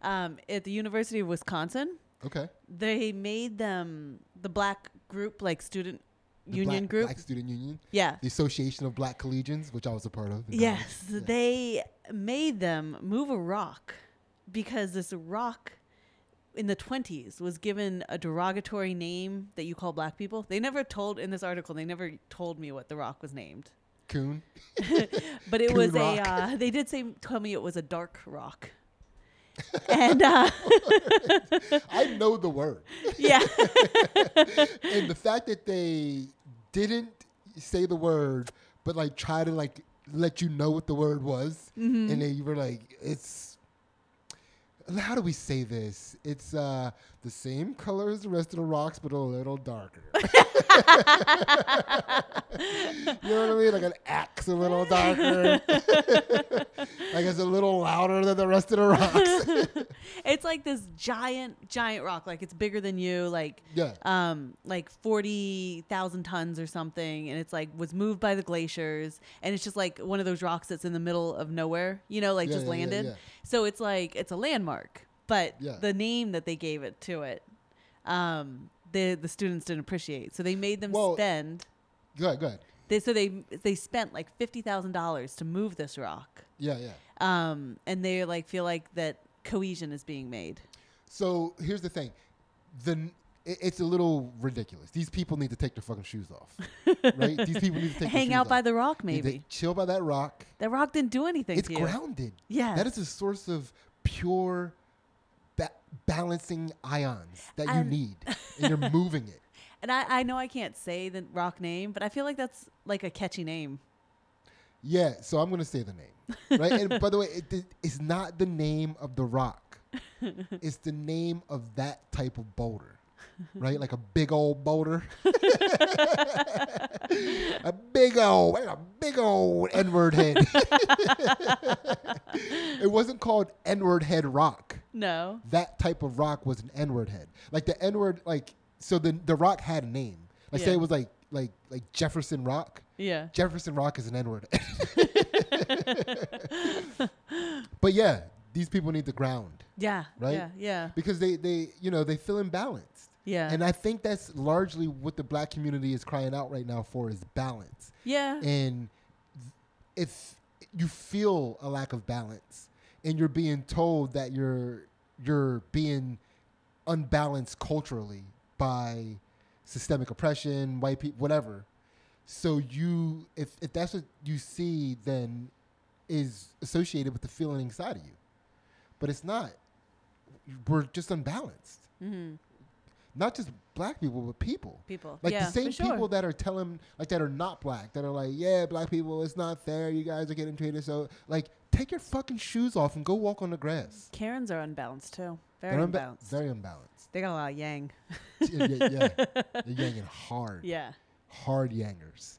[SPEAKER 3] Um, at the University of Wisconsin,
[SPEAKER 2] Okay.
[SPEAKER 3] they made them the black group, like student
[SPEAKER 2] The
[SPEAKER 3] union
[SPEAKER 2] Black-
[SPEAKER 3] group.
[SPEAKER 2] Black Student Union.
[SPEAKER 3] yeah.
[SPEAKER 2] the Association of Black Collegians, which I was a part of. in college.
[SPEAKER 3] Yes, they made them move a rock because this rock in the 20s was given a derogatory name that you call black people. They never told in this article, they never told me what the rock was named.
[SPEAKER 2] Coon.
[SPEAKER 3] But it
[SPEAKER 2] Coon
[SPEAKER 3] was a,
[SPEAKER 2] rock.
[SPEAKER 3] uh, they did say, tell me it was a dark rock. and uh,
[SPEAKER 2] I know the word.
[SPEAKER 3] yeah,
[SPEAKER 2] And the fact that they didn't say the word, but like try to like let you know what the word was, and then you were like, it's. How do we say this? It's uh, the same color as the rest of the rocks, but a little darker. you know what I mean? Like an axe, a little darker. like it's a little louder than the rest of the rocks.
[SPEAKER 3] it's like this giant, giant rock. Like it's bigger than you. Like
[SPEAKER 2] Yeah.
[SPEAKER 3] um, like 40,000 tons or something. And it's like, was moved by the glaciers. And it's just like one of those rocks that's in the middle of nowhere, you know, like
[SPEAKER 2] Yeah,
[SPEAKER 3] just
[SPEAKER 2] yeah, yeah,
[SPEAKER 3] landed.
[SPEAKER 2] yeah.
[SPEAKER 3] So it's like, it's a landmark. But
[SPEAKER 2] Yeah.
[SPEAKER 3] the name that they gave it to it, um, the, the students didn't appreciate. So they made them
[SPEAKER 2] Well-
[SPEAKER 3] spend.
[SPEAKER 2] Go ahead, go ahead.
[SPEAKER 3] They, so they they spent like fifty thousand dollars to move this rock,
[SPEAKER 2] Yeah, yeah.
[SPEAKER 3] um, and they like feel like that cohesion is being made.
[SPEAKER 2] So here's the thing, the n- it- it's a little ridiculous. These people need to take their fucking shoes off, right? These people need to take
[SPEAKER 3] Hang
[SPEAKER 2] their shoes
[SPEAKER 3] out by
[SPEAKER 2] off.
[SPEAKER 3] the rock,
[SPEAKER 2] Need to
[SPEAKER 3] maybe.
[SPEAKER 2] chill by that rock.
[SPEAKER 3] That rock didn't do anything
[SPEAKER 2] It's
[SPEAKER 3] to you.
[SPEAKER 2] grounded.
[SPEAKER 3] Yes.
[SPEAKER 2] that is a source of pure ba- balancing ions that you
[SPEAKER 3] And-
[SPEAKER 2] need, and you're moving it.
[SPEAKER 3] And I, I know I can't say the rock name, but I feel like that's like a catchy name.
[SPEAKER 2] Yeah, so I'm gonna say the name, right? and by the way, it, it- it's not the name of the rock; it's the name of that type of boulder, right? Like a big old boulder, a big old, like a big old N-word head. it wasn't called N-word head rock.
[SPEAKER 3] No.
[SPEAKER 2] That type of rock was an N-word head, like the N-word, like so the the rock had a name. Like say
[SPEAKER 3] Yeah.
[SPEAKER 2] it was like like like Jefferson Rock.
[SPEAKER 3] Yeah.
[SPEAKER 2] Jefferson Rock is an N word. but yeah, these people need the ground
[SPEAKER 3] Yeah.
[SPEAKER 2] Right?
[SPEAKER 3] Yeah. Yeah.
[SPEAKER 2] because they, they you know they feel imbalanced.
[SPEAKER 3] Yeah.
[SPEAKER 2] And I think that's largely what the black community is crying out right now for is balance.
[SPEAKER 3] yeah.
[SPEAKER 2] And if you feel a lack of balance and you're being told that you're you're being unbalanced culturally by systemic oppression, white people, whatever. So you, if, if that's what you see, then is associated with the feeling inside of you, but it's not. We're just unbalanced. Not just black people, but people.
[SPEAKER 3] People.
[SPEAKER 2] Like
[SPEAKER 3] yeah,
[SPEAKER 2] the same
[SPEAKER 3] for sure.
[SPEAKER 2] people that are telling, like that are not black, that are like, yeah, black people, it's not fair. You guys are getting treated so. Like, take your fucking shoes off and go walk on the grass.
[SPEAKER 3] Karens are unbalanced too. Very
[SPEAKER 2] They're unba-
[SPEAKER 3] unbalanced.
[SPEAKER 2] Very unbalanced.
[SPEAKER 3] they got a lot of yang.
[SPEAKER 2] yeah, yeah, yeah. They're yanging hard.
[SPEAKER 3] Yeah.
[SPEAKER 2] Hard yangers.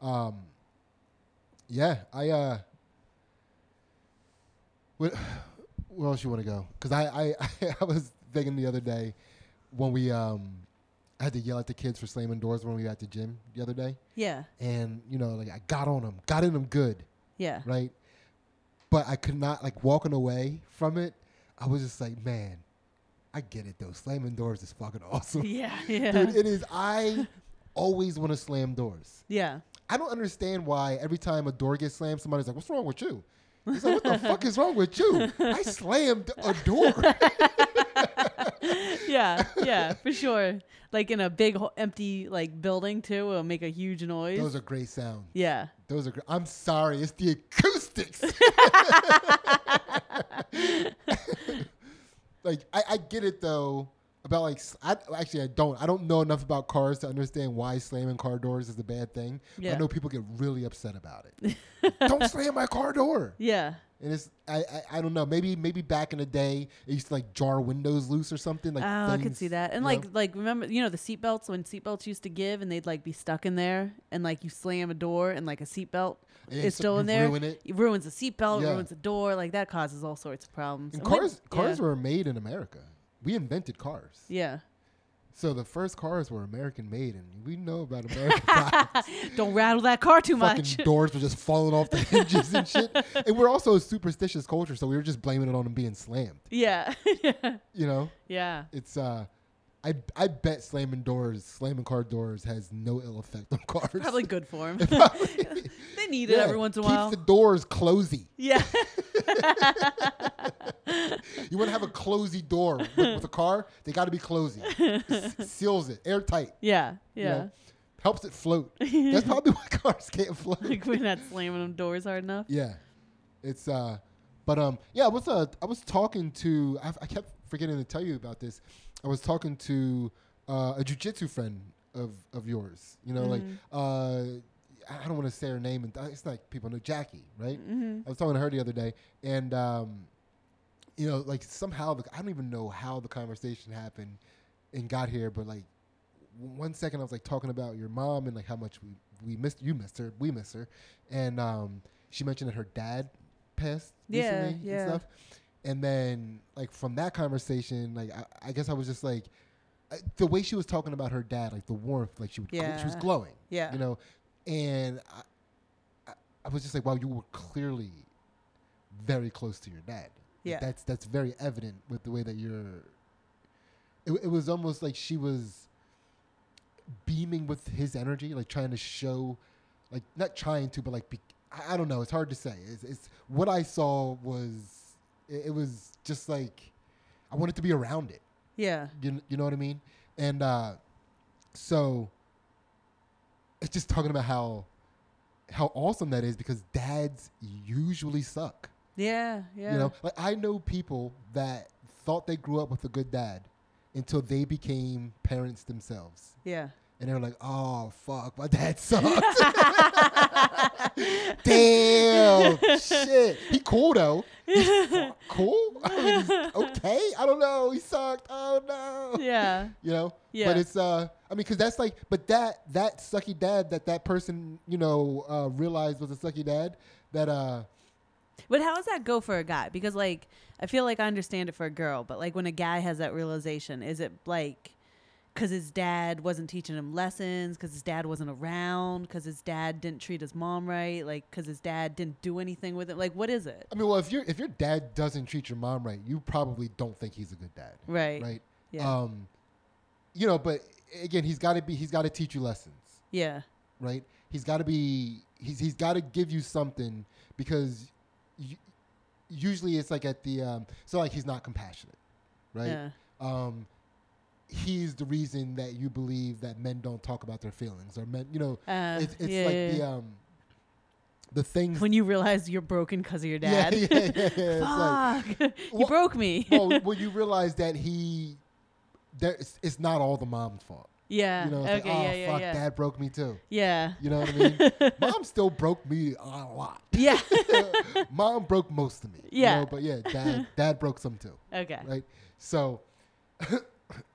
[SPEAKER 2] Um, yeah, I. uh what, Where else you want to go? Because I, I, I was thinking the other day when we um, I had to yell at the kids for slamming doors when we were at the gym the other day.
[SPEAKER 3] Yeah.
[SPEAKER 2] and you know like i got on him got in him good
[SPEAKER 3] Yeah.
[SPEAKER 2] right but i could not like walking away from it i was just like man i get it though slamming doors is fucking awesome
[SPEAKER 3] Yeah. Yeah.
[SPEAKER 2] dude it is i always want to slam doors
[SPEAKER 3] yeah.
[SPEAKER 2] i don't understand why every time a door gets slammed somebody's like what's wrong with you it's like what the fuck is wrong with you i slammed a door
[SPEAKER 3] yeah, yeah, for sure. Like in a big ho- empty like building too, it'll make a huge noise.
[SPEAKER 2] Those are great sounds.
[SPEAKER 3] yeah.
[SPEAKER 2] Those are. Gr- I'm sorry. It's the acoustics. like I, I get it though about like s- I actually I don't I don't know enough about cars to understand why slamming car doors is a bad thing. but I
[SPEAKER 3] Yeah.
[SPEAKER 2] know people get really upset about it. don't slam my car door.
[SPEAKER 3] Yeah.
[SPEAKER 2] And it's I, I I don't know maybe maybe back in the day it used to like jar windows loose or something like.
[SPEAKER 3] oh, I could
[SPEAKER 2] things,
[SPEAKER 3] see that. And
[SPEAKER 2] you know?
[SPEAKER 3] like like remember, you know, the seatbelts when seatbelts used to give and they'd like be stuck in there and like you slam a door and like a seatbelt
[SPEAKER 2] Yeah,
[SPEAKER 3] is
[SPEAKER 2] so
[SPEAKER 3] still
[SPEAKER 2] you
[SPEAKER 3] in there.
[SPEAKER 2] ruin it.
[SPEAKER 3] ruins the seatbelt,
[SPEAKER 2] Yeah.
[SPEAKER 3] ruins the door, like that causes all sorts of problems.
[SPEAKER 2] and
[SPEAKER 3] when-
[SPEAKER 2] cars cars
[SPEAKER 3] yeah.
[SPEAKER 2] were made in America. We invented cars.
[SPEAKER 3] Yeah.
[SPEAKER 2] So the first cars were American made, and we know about American cars.
[SPEAKER 3] Don't rattle that car too much.
[SPEAKER 2] Fucking doors were just falling off the hinges and shit. And we're also a superstitious culture, so we were just blaming it on them being slammed.
[SPEAKER 3] yeah. yeah.
[SPEAKER 2] You know,
[SPEAKER 3] Yeah.
[SPEAKER 2] it's uh, I I bet slamming doors, slamming car doors, has no ill effect on cars.
[SPEAKER 3] Probably good for him. they need it
[SPEAKER 2] Yeah,
[SPEAKER 3] every once in a
[SPEAKER 2] keeps
[SPEAKER 3] while.
[SPEAKER 2] the doors closy.
[SPEAKER 3] yeah.
[SPEAKER 2] You want to have a closy door with, with a car? They got to be closy. S- seals it, airtight.
[SPEAKER 3] Yeah.
[SPEAKER 2] you know?
[SPEAKER 3] Yeah.
[SPEAKER 2] helps it float. That's probably why cars can't float.
[SPEAKER 3] like we're not slamming them doors hard enough.
[SPEAKER 2] Yeah, it's uh, but um, yeah, I was uh, I was talking to I, I kept forgetting to tell you about this. I was talking to uh, a jujitsu friend of of yours. You know, like uh. I I don't want to say her name, and uh, it's like people know Jackie, right? I was talking to her the other day, and um, you know, like somehow the, I don't even know how the conversation happened and got here, but like w- one second I was like talking about your mom and like how much we we missed you missed her, we miss her, and um, she mentioned that her dad passed
[SPEAKER 3] Yeah,
[SPEAKER 2] recently
[SPEAKER 3] yeah.
[SPEAKER 2] and stuff, and then like from that conversation, like I, I guess I was just like I, the way she was talking about her dad, like the warmth, like she would gl- she was
[SPEAKER 3] Yeah.
[SPEAKER 2] glowing,
[SPEAKER 3] Yeah.
[SPEAKER 2] you know, and I, I, I was just like, wow, you were clearly very close to your dad. Like,
[SPEAKER 3] Yeah.
[SPEAKER 2] that's that's very evident with the way that you're. It, it was almost like she was beaming with his energy, like trying to show, like not trying to, but like be, I, I don't know. It's hard to say. It's, it's what I saw was it, it was just like I wanted to be around it.
[SPEAKER 3] Yeah.
[SPEAKER 2] You, you know what I mean? And uh, so it's just talking about how how awesome that is because dads usually suck.
[SPEAKER 3] Yeah. Yeah.
[SPEAKER 2] You know, like I know people that thought they grew up with a good dad until they became parents themselves.
[SPEAKER 3] Yeah.
[SPEAKER 2] And they were like, oh, fuck, my dad sucked. Damn, shit. He cool, though. He's fu- cool? I mean, he's okay? I don't know. He sucked. Oh, no
[SPEAKER 3] Yeah.
[SPEAKER 2] you know
[SPEAKER 3] Yeah.
[SPEAKER 2] but it's uh i mean because that's like but that that sucky dad that that person you know uh realized was a sucky dad that uh
[SPEAKER 3] But how does that go for a guy? Because like I feel like I understand it for a girl, but like when a guy has that realization, is it like because his dad wasn't teaching him lessons, because his dad wasn't around, because his dad didn't treat his mom right, like because his dad didn't do anything with it? Like what is it?
[SPEAKER 2] i mean well if your if your dad doesn't treat your mom right you probably don't think he's a good dad
[SPEAKER 3] Right.
[SPEAKER 2] right,
[SPEAKER 3] Yeah.
[SPEAKER 2] um you know but again he's got to be he's got to teach you lessons
[SPEAKER 3] yeah.
[SPEAKER 2] right he's got to be he's he's got to give you something because you, usually it's like at the um so like he's not compassionate right
[SPEAKER 3] Yeah.
[SPEAKER 2] um, he's the reason that you believe that men don't talk about their feelings or men, you know,
[SPEAKER 3] Uh,
[SPEAKER 2] it's, it's
[SPEAKER 3] yeah,
[SPEAKER 2] like
[SPEAKER 3] yeah,
[SPEAKER 2] the
[SPEAKER 3] yeah.
[SPEAKER 2] um, the things.
[SPEAKER 3] when you realize you're broken because of your
[SPEAKER 2] yeah,
[SPEAKER 3] dad.
[SPEAKER 2] yeah, yeah, yeah. It's like,
[SPEAKER 3] Fuck. you
[SPEAKER 2] Well-
[SPEAKER 3] broke me.
[SPEAKER 2] well, well, you realize that he, there, it's, it's not all the mom's fault.
[SPEAKER 3] yeah.
[SPEAKER 2] You know, it's
[SPEAKER 3] okay.
[SPEAKER 2] like, oh
[SPEAKER 3] yeah. Yeah.
[SPEAKER 2] fuck,
[SPEAKER 3] yeah.
[SPEAKER 2] dad broke me too.
[SPEAKER 3] yeah.
[SPEAKER 2] You know what I mean? Mom still broke me a lot.
[SPEAKER 3] Yeah.
[SPEAKER 2] Mom broke most of me. you
[SPEAKER 3] Yeah.
[SPEAKER 2] know, but yeah, dad, dad broke some too.
[SPEAKER 3] okay.
[SPEAKER 2] right? So,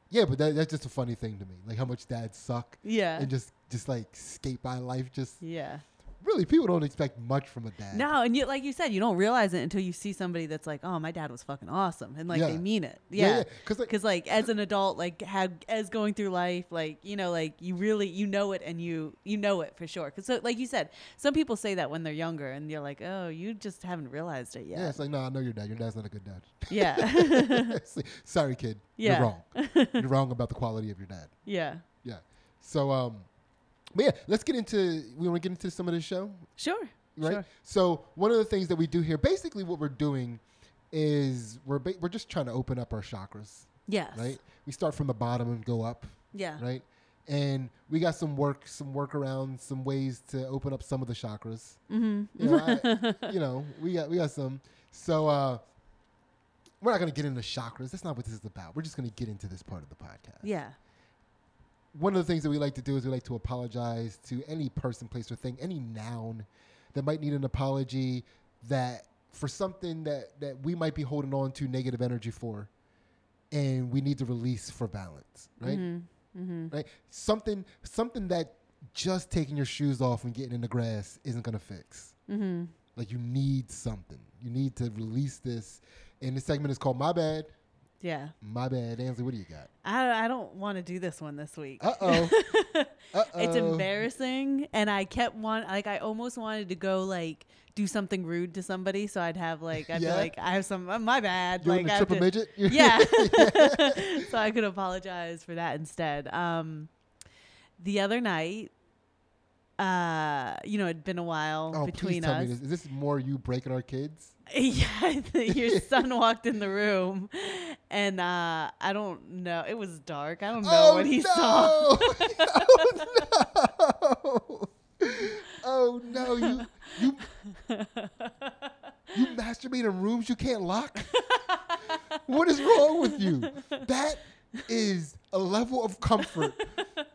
[SPEAKER 2] yeah, but that, that's just a funny thing to me, like how much dads suck
[SPEAKER 3] Yeah.
[SPEAKER 2] and just just like skate by life. Just
[SPEAKER 3] yeah.
[SPEAKER 2] really, people don't expect much from a dad.
[SPEAKER 3] No, and you like you said, you don't realize it until you see somebody that's like, "Oh, my dad was fucking awesome," and like
[SPEAKER 2] Yeah.
[SPEAKER 3] they mean it.
[SPEAKER 2] Yeah,
[SPEAKER 3] Yeah,
[SPEAKER 2] yeah, 'cause, like-
[SPEAKER 3] because like, as an adult, like have as going through life, like you know, like you really you know it and you you know it for sure. Because so, like you said, some people say that when they're younger, and you're like, "Oh, you just haven't realized it
[SPEAKER 2] yeah,
[SPEAKER 3] yet."
[SPEAKER 2] it's like no, I know your dad. Your dad's not a good dad.
[SPEAKER 3] Yeah,
[SPEAKER 2] It's like, Sorry, kid.
[SPEAKER 3] Yeah.
[SPEAKER 2] You're wrong. You're wrong about the quality of your dad.
[SPEAKER 3] yeah,
[SPEAKER 2] Yeah. So, um, but yeah, let's get into. We want to get into some of the show.
[SPEAKER 3] sure,
[SPEAKER 2] right?
[SPEAKER 3] sure,
[SPEAKER 2] So one of the things that we do here, basically, what we're doing is we're ba- we're just trying to open up our chakras,
[SPEAKER 3] Yes.
[SPEAKER 2] right? We start from the bottom and go up,
[SPEAKER 3] Yeah.
[SPEAKER 2] right? And we got some work, some workarounds, some ways to open up some of the chakras. Mm-hmm. You, know, I- you know, we got we got some. So uh, we're not gonna get into chakras. That's not what this is about. We're just gonna get into this part of the podcast.
[SPEAKER 3] Yeah.
[SPEAKER 2] One of the things that we like to do is we like to apologize to any person, place, or thing, any noun that might need an apology that for something that that we might be holding on to negative energy for, and we need to release for balance, right? Right? Something something that just taking your shoes off and getting in the grass isn't gonna fix. Like you need something. You need to release this. And this segment is called My Bad.
[SPEAKER 3] Yeah.
[SPEAKER 2] My bad, Ansley. What do you got?
[SPEAKER 3] I, I don't want to do this one this week.
[SPEAKER 2] Uh oh. Uh oh.
[SPEAKER 3] It's embarrassing, and I kept want like I almost wanted to go like do something rude to somebody, so I'd have like I'd
[SPEAKER 2] Yeah.
[SPEAKER 3] be like I have some uh, my bad
[SPEAKER 2] You're
[SPEAKER 3] like
[SPEAKER 2] in
[SPEAKER 3] I
[SPEAKER 2] a
[SPEAKER 3] have
[SPEAKER 2] triple
[SPEAKER 3] to-
[SPEAKER 2] midget. You're-
[SPEAKER 3] yeah, so I could apologize for that instead. Um, the other night, uh, you know, it'd been a while
[SPEAKER 2] Oh,
[SPEAKER 3] between
[SPEAKER 2] please tell
[SPEAKER 3] us.
[SPEAKER 2] me this. Is this more you breaking our kids?
[SPEAKER 3] yeah, your son walked in the room, and uh, I don't know. It was dark. I don't know what he saw.
[SPEAKER 2] oh no! oh no! You you you masturbate in rooms you can't lock. what is wrong with you? That is a level of comfort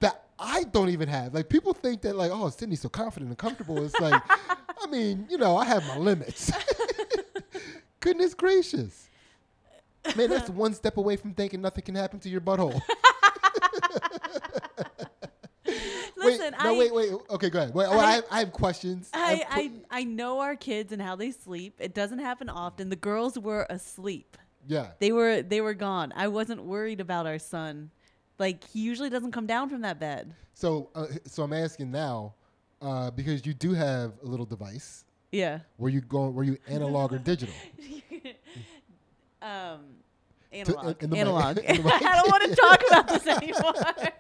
[SPEAKER 2] that I don't even have. Like people think that like, oh, Sydney's so confident and comfortable. It's like, I mean, you know, I have my limits. Goodness gracious. Man, that's one step away from thinking nothing can happen to your butthole.
[SPEAKER 3] Listen,
[SPEAKER 2] wait,
[SPEAKER 3] I
[SPEAKER 2] no, wait, wait. Okay, go ahead. Wait, oh, I,
[SPEAKER 3] I-
[SPEAKER 2] have, I have questions. have
[SPEAKER 3] I,
[SPEAKER 2] que-
[SPEAKER 3] I I know our kids and how they sleep. It doesn't happen often. The girls were asleep.
[SPEAKER 2] yeah.
[SPEAKER 3] They were they were gone. I wasn't worried about our son. Like he usually doesn't come down from that bed.
[SPEAKER 2] So, uh, so I'm asking now uh, because you do have a little device.
[SPEAKER 3] Yeah.
[SPEAKER 2] Were you going? Were you analog or digital?
[SPEAKER 3] um analog.
[SPEAKER 2] uh, in the mic.
[SPEAKER 3] analog.
[SPEAKER 2] In the mic.
[SPEAKER 3] I don't want to talk about this anymore.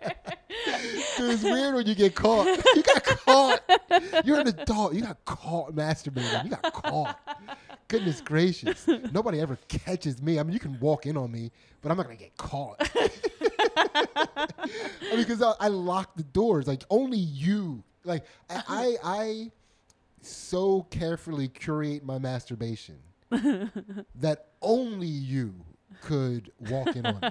[SPEAKER 2] Dude, it's weird when you get caught. You got caught. You're an adult. You got caught masturbating. You got caught. Goodness gracious. Nobody ever catches me. I mean, you can walk in on me, but I'm not going to get caught. I mean, because I, I lock the doors. Like, only you. Like, I, I, I so carefully curate my masturbation that only you could walk in on me.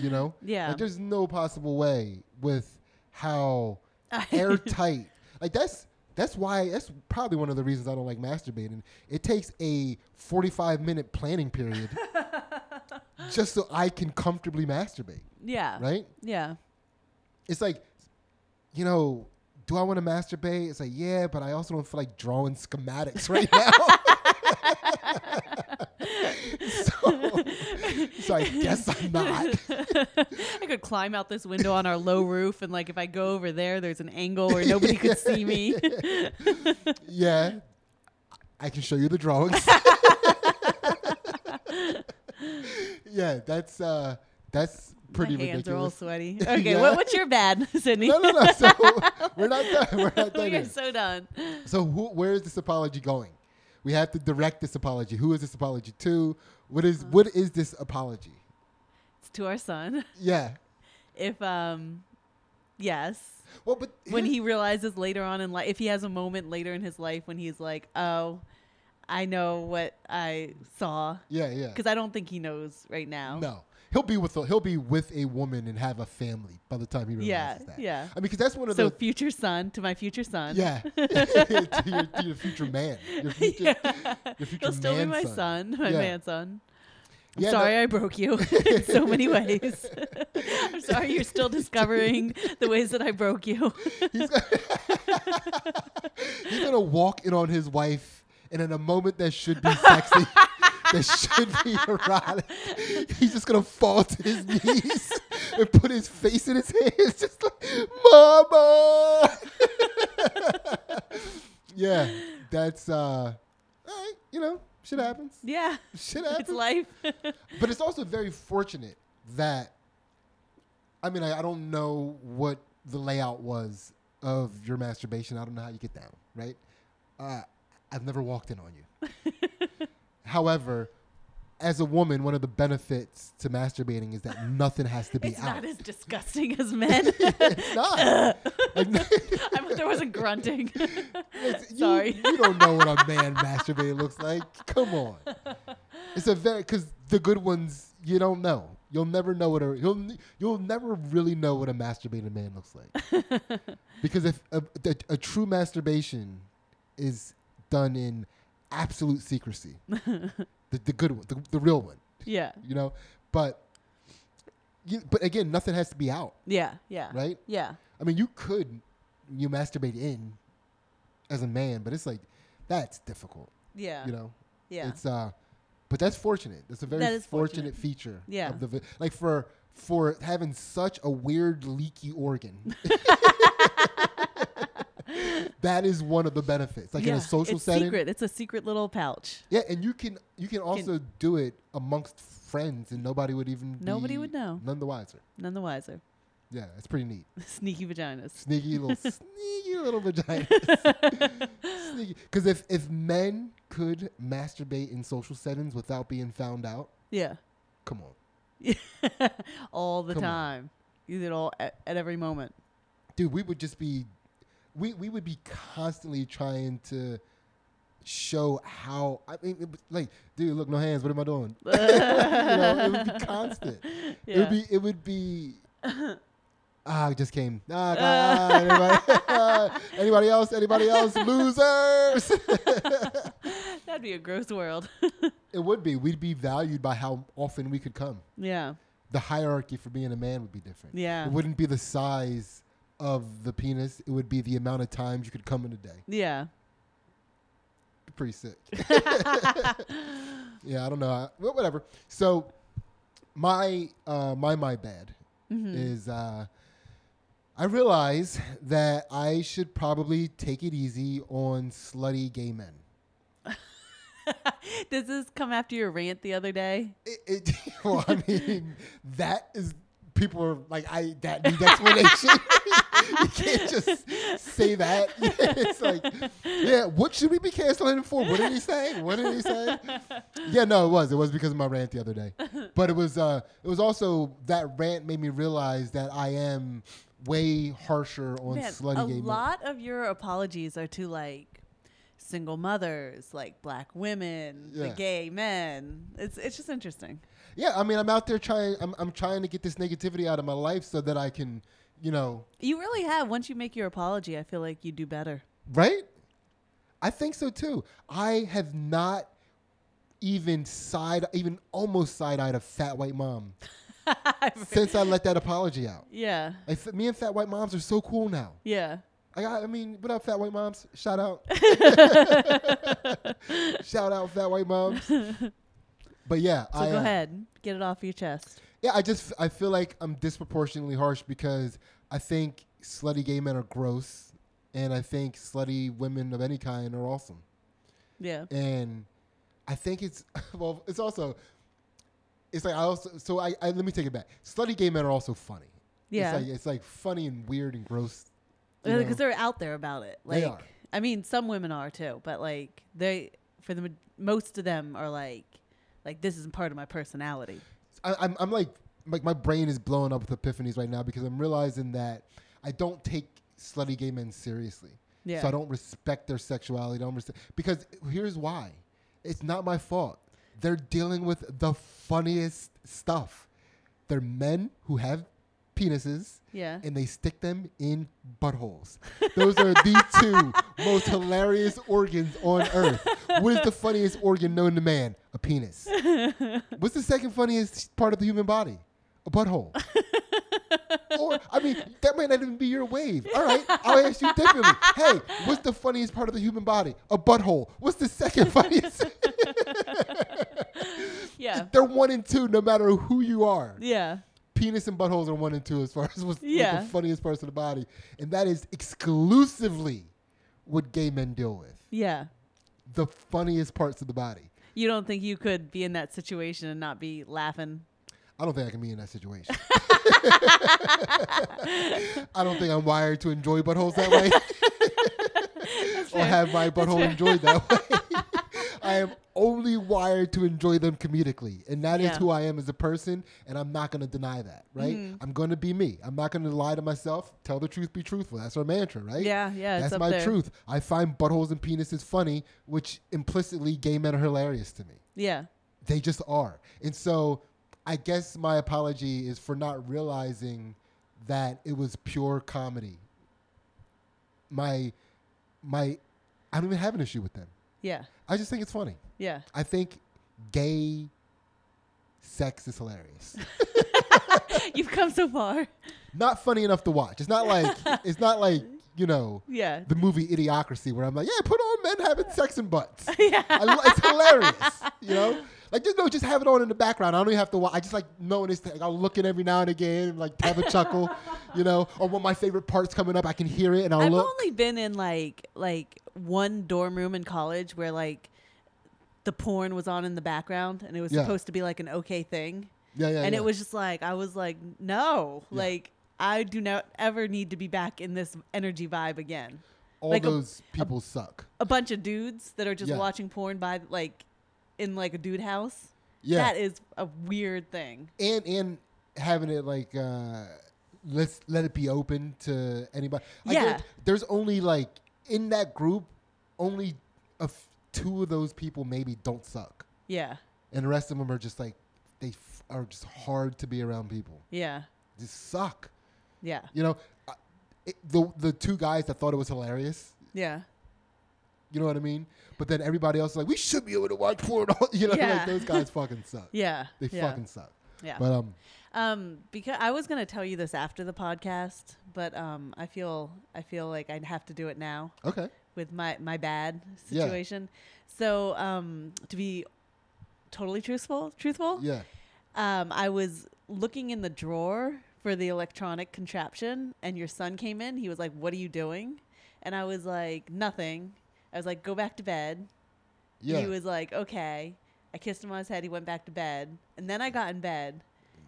[SPEAKER 2] You know?
[SPEAKER 3] Yeah.
[SPEAKER 2] Like, there's no possible way with how airtight. Like that's that's why that's probably one of the reasons I don't like masturbating. It takes a 45 minute planning period just so I can comfortably masturbate,
[SPEAKER 3] yeah.
[SPEAKER 2] right?
[SPEAKER 3] Yeah.
[SPEAKER 2] It's like you know, do I want to masturbate? It's like, yeah, but I also don't feel like drawing schematics right now. so, so I guess I'm not.
[SPEAKER 3] I could climb out this window on our low roof, and like if I go over there, there's an angle where nobody could see me.
[SPEAKER 2] Yeah. I can show you the drawings. yeah, that's uh that's pretty
[SPEAKER 3] My hands are all
[SPEAKER 2] ridiculous.
[SPEAKER 3] sweaty. Okay,
[SPEAKER 2] Yeah.
[SPEAKER 3] what, what's your bad, Sydney?
[SPEAKER 2] No, no, no. So we're not done. We're not done.
[SPEAKER 3] we are
[SPEAKER 2] here.
[SPEAKER 3] so done.
[SPEAKER 2] So who, where is this apology going? We have to direct this apology. Who is this apology to? What is what is this apology?
[SPEAKER 3] It's to our son.
[SPEAKER 2] Yeah.
[SPEAKER 3] If um, yes,
[SPEAKER 2] Well, but
[SPEAKER 3] when
[SPEAKER 2] here's-
[SPEAKER 3] he realizes later on in life, if he has a moment later in his life when he's like, oh, I know what I saw,
[SPEAKER 2] yeah, yeah.
[SPEAKER 3] because I don't think he knows right now.
[SPEAKER 2] No, he'll be with a, he'll be with a woman and have a family by the time he realizes
[SPEAKER 3] Yeah,
[SPEAKER 2] that.
[SPEAKER 3] yeah.
[SPEAKER 2] I mean, because that's one of
[SPEAKER 3] So
[SPEAKER 2] the
[SPEAKER 3] future son to my future son.
[SPEAKER 2] Yeah. to, your, to your future man. Your future, your future
[SPEAKER 3] He'll still be
[SPEAKER 2] man
[SPEAKER 3] my son, my
[SPEAKER 2] Yeah.
[SPEAKER 3] man son. I'm
[SPEAKER 2] Yeah, no-
[SPEAKER 3] sorry I broke you in so many ways. I'm sorry you're still discovering the ways that I broke you.
[SPEAKER 2] He's gonna, he's gonna walk in on his wife and in a moment that should be sexy, that should be erotic. He's just gonna fall to his knees and put his face in his hands, just like Mama. yeah. That's uh all right, you know, shit happens.
[SPEAKER 3] yeah.
[SPEAKER 2] Shit happens.
[SPEAKER 3] It's life.
[SPEAKER 2] But it's also very fortunate that, I mean, I, I don't know what the layout was of your masturbation. I don't know how you get down, right? Uh, I've never walked in on you. However, as a woman, one of the benefits to masturbating is that nothing has to be
[SPEAKER 3] It's
[SPEAKER 2] out.
[SPEAKER 3] not as disgusting as men.
[SPEAKER 2] it's not. Like,
[SPEAKER 3] I mean, there wasn't grunting.
[SPEAKER 2] It's- you-
[SPEAKER 3] Sorry.
[SPEAKER 2] You, don't know what a man masturbating looks like. Come on. It's a very because the good ones you don't know. You'll never know what a you'll n- you'll never really know what a masturbating man looks like. because if a, the- a true masturbation is done in absolute secrecy, the, the good one, the, the real one,
[SPEAKER 3] yeah.
[SPEAKER 2] you know. But you, but again, nothing has to be out,
[SPEAKER 3] Yeah. Yeah.
[SPEAKER 2] right?
[SPEAKER 3] Yeah.
[SPEAKER 2] I mean, you could you masturbate in as a man, but it's like that's difficult.
[SPEAKER 3] Yeah.
[SPEAKER 2] You know,
[SPEAKER 3] yeah.
[SPEAKER 2] it's uh, but that's fortunate. That's a very
[SPEAKER 3] That is
[SPEAKER 2] fortunate,
[SPEAKER 3] fortunate.
[SPEAKER 2] feature.
[SPEAKER 3] Yeah.
[SPEAKER 2] of the vi- like for for having such a weird leaky organ. that is one of the benefits. Like in
[SPEAKER 3] Yeah.
[SPEAKER 2] a social
[SPEAKER 3] it's
[SPEAKER 2] setting.
[SPEAKER 3] secret. It's a secret little pouch.
[SPEAKER 2] Yeah, and you can you can also do it amongst friends, and nobody would even
[SPEAKER 3] Nobody
[SPEAKER 2] be
[SPEAKER 3] would know.
[SPEAKER 2] None the wiser.
[SPEAKER 3] None the wiser.
[SPEAKER 2] Yeah, it's pretty neat.
[SPEAKER 3] Sneaky vaginas.
[SPEAKER 2] sneaky little sneaky little vagina. sneaky. Because if if men could masturbate in social settings without being found out,
[SPEAKER 3] Yeah.
[SPEAKER 2] come on,
[SPEAKER 3] all the
[SPEAKER 2] Come on.
[SPEAKER 3] time. You did all at, at every moment.
[SPEAKER 2] dude, we would just be, we we would be constantly trying to show how I mean, it was like, dude, look, no hands. What am I doing? you know, it would be constant. It
[SPEAKER 3] Yeah.
[SPEAKER 2] would be. It would be. Ah, it just came. Ah, God, ah, anybody, anybody else? Anybody else? Losers.
[SPEAKER 3] That'd be a gross world.
[SPEAKER 2] It would be. We'd be valued by how often we could come.
[SPEAKER 3] yeah.
[SPEAKER 2] The hierarchy for being a man would be different.
[SPEAKER 3] Yeah.
[SPEAKER 2] It wouldn't be the size of the penis. It would be the amount of times you could come in a day.
[SPEAKER 3] Yeah.
[SPEAKER 2] Pretty sick. yeah, I don't know. I, well, whatever. So, my uh, my my bad is uh, I realize that I should probably take it easy on slutty gay men.
[SPEAKER 3] Does this come after your rant the other day?
[SPEAKER 2] It, it, well, I mean, that is people are like, I that needs explanation. you can't just say that. it's like, yeah, what should we be canceling him for? What did he say? What did he say? Yeah, no, it was. It was because of my rant the other day. But it was, uh, it was also that rant made me realize that I am way harsher on
[SPEAKER 3] Man, a
[SPEAKER 2] slutty gay men.
[SPEAKER 3] lot of your apologies are to like single mothers, like black women, the
[SPEAKER 2] Yeah.
[SPEAKER 3] gay men. It's it's just interesting.
[SPEAKER 2] Yeah, I mean, I'm out there trying. I'm, I'm trying to get this negativity out of my life so that I can, you know,
[SPEAKER 3] You really have. Once you make your apology, I feel like you do better.
[SPEAKER 2] Right? I think so too. I have not even side, even almost side eyed a fat white mom since I let that apology out.
[SPEAKER 3] yeah.
[SPEAKER 2] Like, f- me and fat white moms are so cool now.
[SPEAKER 3] Yeah.
[SPEAKER 2] Like, I, I mean, what up, fat white moms? Shout out. Shout out, fat white moms. But yeah,
[SPEAKER 3] So
[SPEAKER 2] I,
[SPEAKER 3] go
[SPEAKER 2] uh,
[SPEAKER 3] ahead. Get it off your chest.
[SPEAKER 2] Yeah, I just I feel like I'm disproportionately harsh because I think slutty gay men are gross, and I think slutty women of any kind are awesome.
[SPEAKER 3] Yeah.
[SPEAKER 2] and I think it's well, it's also it's like I also so I, I let me take it back. Slutty gay men are also funny.
[SPEAKER 3] Yeah.
[SPEAKER 2] it's like, it's like funny and weird and gross. you know?
[SPEAKER 3] because they're out there about it. Like,
[SPEAKER 2] They are.
[SPEAKER 3] I mean, some women are too, but like they, for the ma- most of them are like, like this isn't part of my personality.
[SPEAKER 2] I, I'm I'm like like my brain is blowing up with epiphanies right now because I'm realizing that I don't take slutty gay men seriously.
[SPEAKER 3] Yeah.
[SPEAKER 2] So I don't respect their sexuality. Don't respect because here's why. It's not my fault. They're dealing with the funniest stuff. They're men who have penises.
[SPEAKER 3] Yeah.
[SPEAKER 2] and they stick them in buttholes. Those are the two most hilarious organs on earth. What is the funniest organ known to man? A penis. What's the second funniest part of the human body? A butthole. or, I mean, that might not even be your wave. All right, I'll ask you differently. Hey, what's the funniest part of the human body? A butthole. What's the second funniest?
[SPEAKER 3] yeah.
[SPEAKER 2] They're one and two no matter who you are
[SPEAKER 3] Yeah.
[SPEAKER 2] penis and buttholes are one and two as far as what's like,
[SPEAKER 3] Yeah.
[SPEAKER 2] the funniest parts of the body, and that is exclusively what gay men deal with.
[SPEAKER 3] Yeah.
[SPEAKER 2] The funniest parts of the body.
[SPEAKER 3] You don't think you could be in that situation and not be laughing?
[SPEAKER 2] I don't think I can be in that situation. I don't think I'm wired to enjoy buttholes that way, or have my butthole enjoyed that way. I am only wired to enjoy them comedically, and that is
[SPEAKER 3] Yeah. Mm-hmm.
[SPEAKER 2] who I am as a person. And I'm not going to deny that, right? I'm going to be me. I'm not going to lie to myself. Tell the truth, be truthful. That's our mantra, right?
[SPEAKER 3] Yeah, yeah, it's
[SPEAKER 2] That's
[SPEAKER 3] up
[SPEAKER 2] my
[SPEAKER 3] there.
[SPEAKER 2] truth. I find buttholes and penises funny, which implicitly gay men are hilarious to me.
[SPEAKER 3] Yeah.
[SPEAKER 2] They just are. And so I guess my apology is for not realizing that it was pure comedy. My my I don't even have an issue with them.
[SPEAKER 3] Yeah.
[SPEAKER 2] I just think it's funny.
[SPEAKER 3] Yeah.
[SPEAKER 2] I think gay sex is hilarious.
[SPEAKER 3] You've come so far.
[SPEAKER 2] not funny enough to watch. It's not like it's not like, you know,
[SPEAKER 3] Yeah.
[SPEAKER 2] the movie Idiocracy where I'm like, yeah, put on men having sex and butts.
[SPEAKER 3] Yeah.
[SPEAKER 2] I, lo- it's hilarious, you know. Like just no, just have it on in the background. I don't even have to. Watch. I just like knowing this. Thing. I'll look in every now and again, and like have a chuckle, you know. Or when my favorite part's coming up, I can hear it and I'll
[SPEAKER 3] I've
[SPEAKER 2] look.
[SPEAKER 3] only been in like like one dorm room in college where like the porn was on in the background and it was
[SPEAKER 2] Yeah.
[SPEAKER 3] supposed to be like an okay thing.
[SPEAKER 2] yeah, yeah.
[SPEAKER 3] and
[SPEAKER 2] yeah.
[SPEAKER 3] it was just like I was like, no,
[SPEAKER 2] Yeah.
[SPEAKER 3] like I do not ever need to be back in this energy vibe again.
[SPEAKER 2] all
[SPEAKER 3] like a-
[SPEAKER 2] those people suck.
[SPEAKER 3] A bunch of dudes that are just
[SPEAKER 2] Yeah.
[SPEAKER 3] watching porn by like in like a dude house.
[SPEAKER 2] Yeah,
[SPEAKER 3] That is a weird thing.
[SPEAKER 2] and and having it like uh let's let it be open to anybody I
[SPEAKER 3] Yeah.
[SPEAKER 2] guarantee- there's only like in that group only a f- two of those people maybe don't suck
[SPEAKER 3] Yeah.
[SPEAKER 2] and the rest of them are just like they f- are just hard to be around people
[SPEAKER 3] Yeah.
[SPEAKER 2] just suck
[SPEAKER 3] Yeah.
[SPEAKER 2] you know I, it, the the two guys that thought it was hilarious
[SPEAKER 3] Yeah.
[SPEAKER 2] you know what i mean but then everybody else is like we should be able to watch porn all-" you know
[SPEAKER 3] Yeah.
[SPEAKER 2] like those guys fucking suck
[SPEAKER 3] Yeah.
[SPEAKER 2] they
[SPEAKER 3] yeah.
[SPEAKER 2] fucking suck
[SPEAKER 3] Yeah.
[SPEAKER 2] but um
[SPEAKER 3] Um, because I was gonna tell you this after the podcast, but um, I feel I feel like I'd have to do it now
[SPEAKER 2] okay
[SPEAKER 3] with my my bad
[SPEAKER 2] Yeah.
[SPEAKER 3] situation. So um, to be totally truthful, truthful,
[SPEAKER 2] yeah
[SPEAKER 3] um, I was looking in the drawer for the electronic contraption, and your son came in. He was like, "What are you doing?" And I was like, "Nothing." I was like, "Go back to bed."
[SPEAKER 2] yeah
[SPEAKER 3] He was like, okay. I kissed him on his head. He went back to bed. And then I got in bed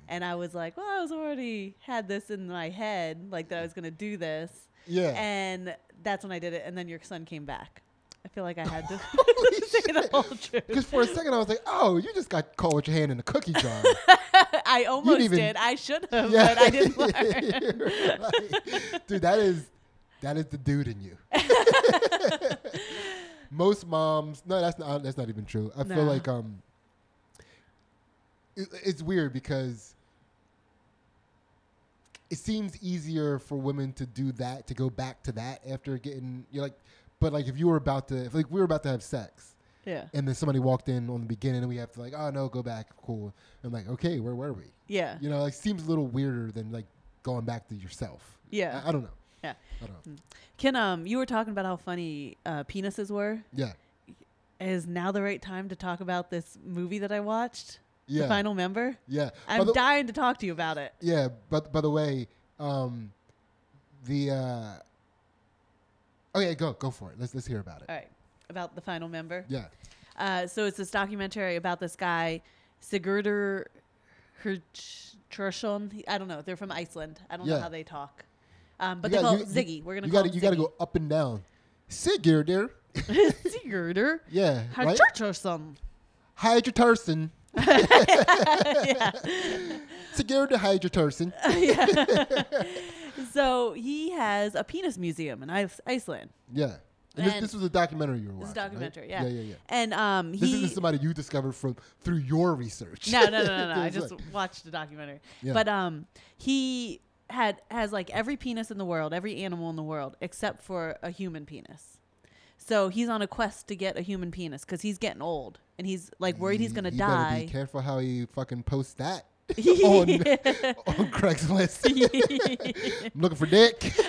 [SPEAKER 3] and I was like, well, I was already had this in my head, like that I was going to do this.
[SPEAKER 2] yeah
[SPEAKER 3] And that's when I did it. And then your son came back. I feel like I had to
[SPEAKER 2] Holy
[SPEAKER 3] say the
[SPEAKER 2] shit.
[SPEAKER 3] whole truth.
[SPEAKER 2] Because for a second I was like, oh, you just got caught with your hand in the cookie jar.
[SPEAKER 3] I almost
[SPEAKER 2] even-
[SPEAKER 3] did. I should have, but I didn't learn.
[SPEAKER 2] You're right. Dude, that is that is the dude in you. Most moms, no, that's not that's not even true. I
[SPEAKER 3] No.
[SPEAKER 2] feel like um, it, it's weird because it seems easier for women to do that to go back to that after getting you're like, but like if you were about to, if like we were about to have sex,
[SPEAKER 3] yeah.
[SPEAKER 2] and then somebody walked in on the beginning and we have to like oh no go back cool i'm like okay where were we
[SPEAKER 3] Yeah.
[SPEAKER 2] you know like seems a little weirder than like going back to yourself
[SPEAKER 3] Yeah.
[SPEAKER 2] i, I don't know
[SPEAKER 3] Yeah.
[SPEAKER 2] i don't know
[SPEAKER 3] Ken, um, you were talking about how funny uh, penises were.
[SPEAKER 2] yeah
[SPEAKER 3] Is now the right time to talk about this movie that I watched?
[SPEAKER 2] Yeah.
[SPEAKER 3] The Final Member?
[SPEAKER 2] yeah By
[SPEAKER 3] I'm
[SPEAKER 2] the-
[SPEAKER 3] dying to talk to you about it.
[SPEAKER 2] yeah but by the way um the uh oh yeah go go for it let's let's hear about it
[SPEAKER 3] All right. About the final member.
[SPEAKER 2] yeah
[SPEAKER 3] Uh, so it's this documentary about this guy, Sigurdur Hertrushon. I don't know. They're from Iceland. I don't know
[SPEAKER 2] Yeah.
[SPEAKER 3] how they talk. Um, but
[SPEAKER 2] You
[SPEAKER 3] they
[SPEAKER 2] gotta-
[SPEAKER 3] call it Ziggy. We're going to
[SPEAKER 2] you
[SPEAKER 3] call
[SPEAKER 2] gotta
[SPEAKER 3] him
[SPEAKER 2] you gotta go up and down sigurdur
[SPEAKER 3] Ziggy. Sigurdur
[SPEAKER 2] yeah right
[SPEAKER 3] Hertrushon.
[SPEAKER 2] hydroturson sigurdur hydroturson
[SPEAKER 3] So he has a penis museum in Ice- Iceland.
[SPEAKER 2] Yeah. And this,
[SPEAKER 3] And-
[SPEAKER 2] this was a documentary you were watching.
[SPEAKER 3] This is a documentary,
[SPEAKER 2] right?
[SPEAKER 3] yeah.
[SPEAKER 2] Yeah, yeah, yeah.
[SPEAKER 3] And um, he
[SPEAKER 2] This isn't somebody you discovered from through your research.
[SPEAKER 3] No, no, no, no, no. I
[SPEAKER 2] It's
[SPEAKER 3] just
[SPEAKER 2] like-
[SPEAKER 3] watched the documentary.
[SPEAKER 2] Yeah.
[SPEAKER 3] But um, he had has like every penis in the world, every animal in the world, except for a human penis. So he's on a quest to get a human penis because he's getting old and he's like worried he's
[SPEAKER 2] He-
[SPEAKER 3] gonna
[SPEAKER 2] he Better be
[SPEAKER 3] die.
[SPEAKER 2] careful how he fucking posts that on, on Craigslist. I'm looking for dick.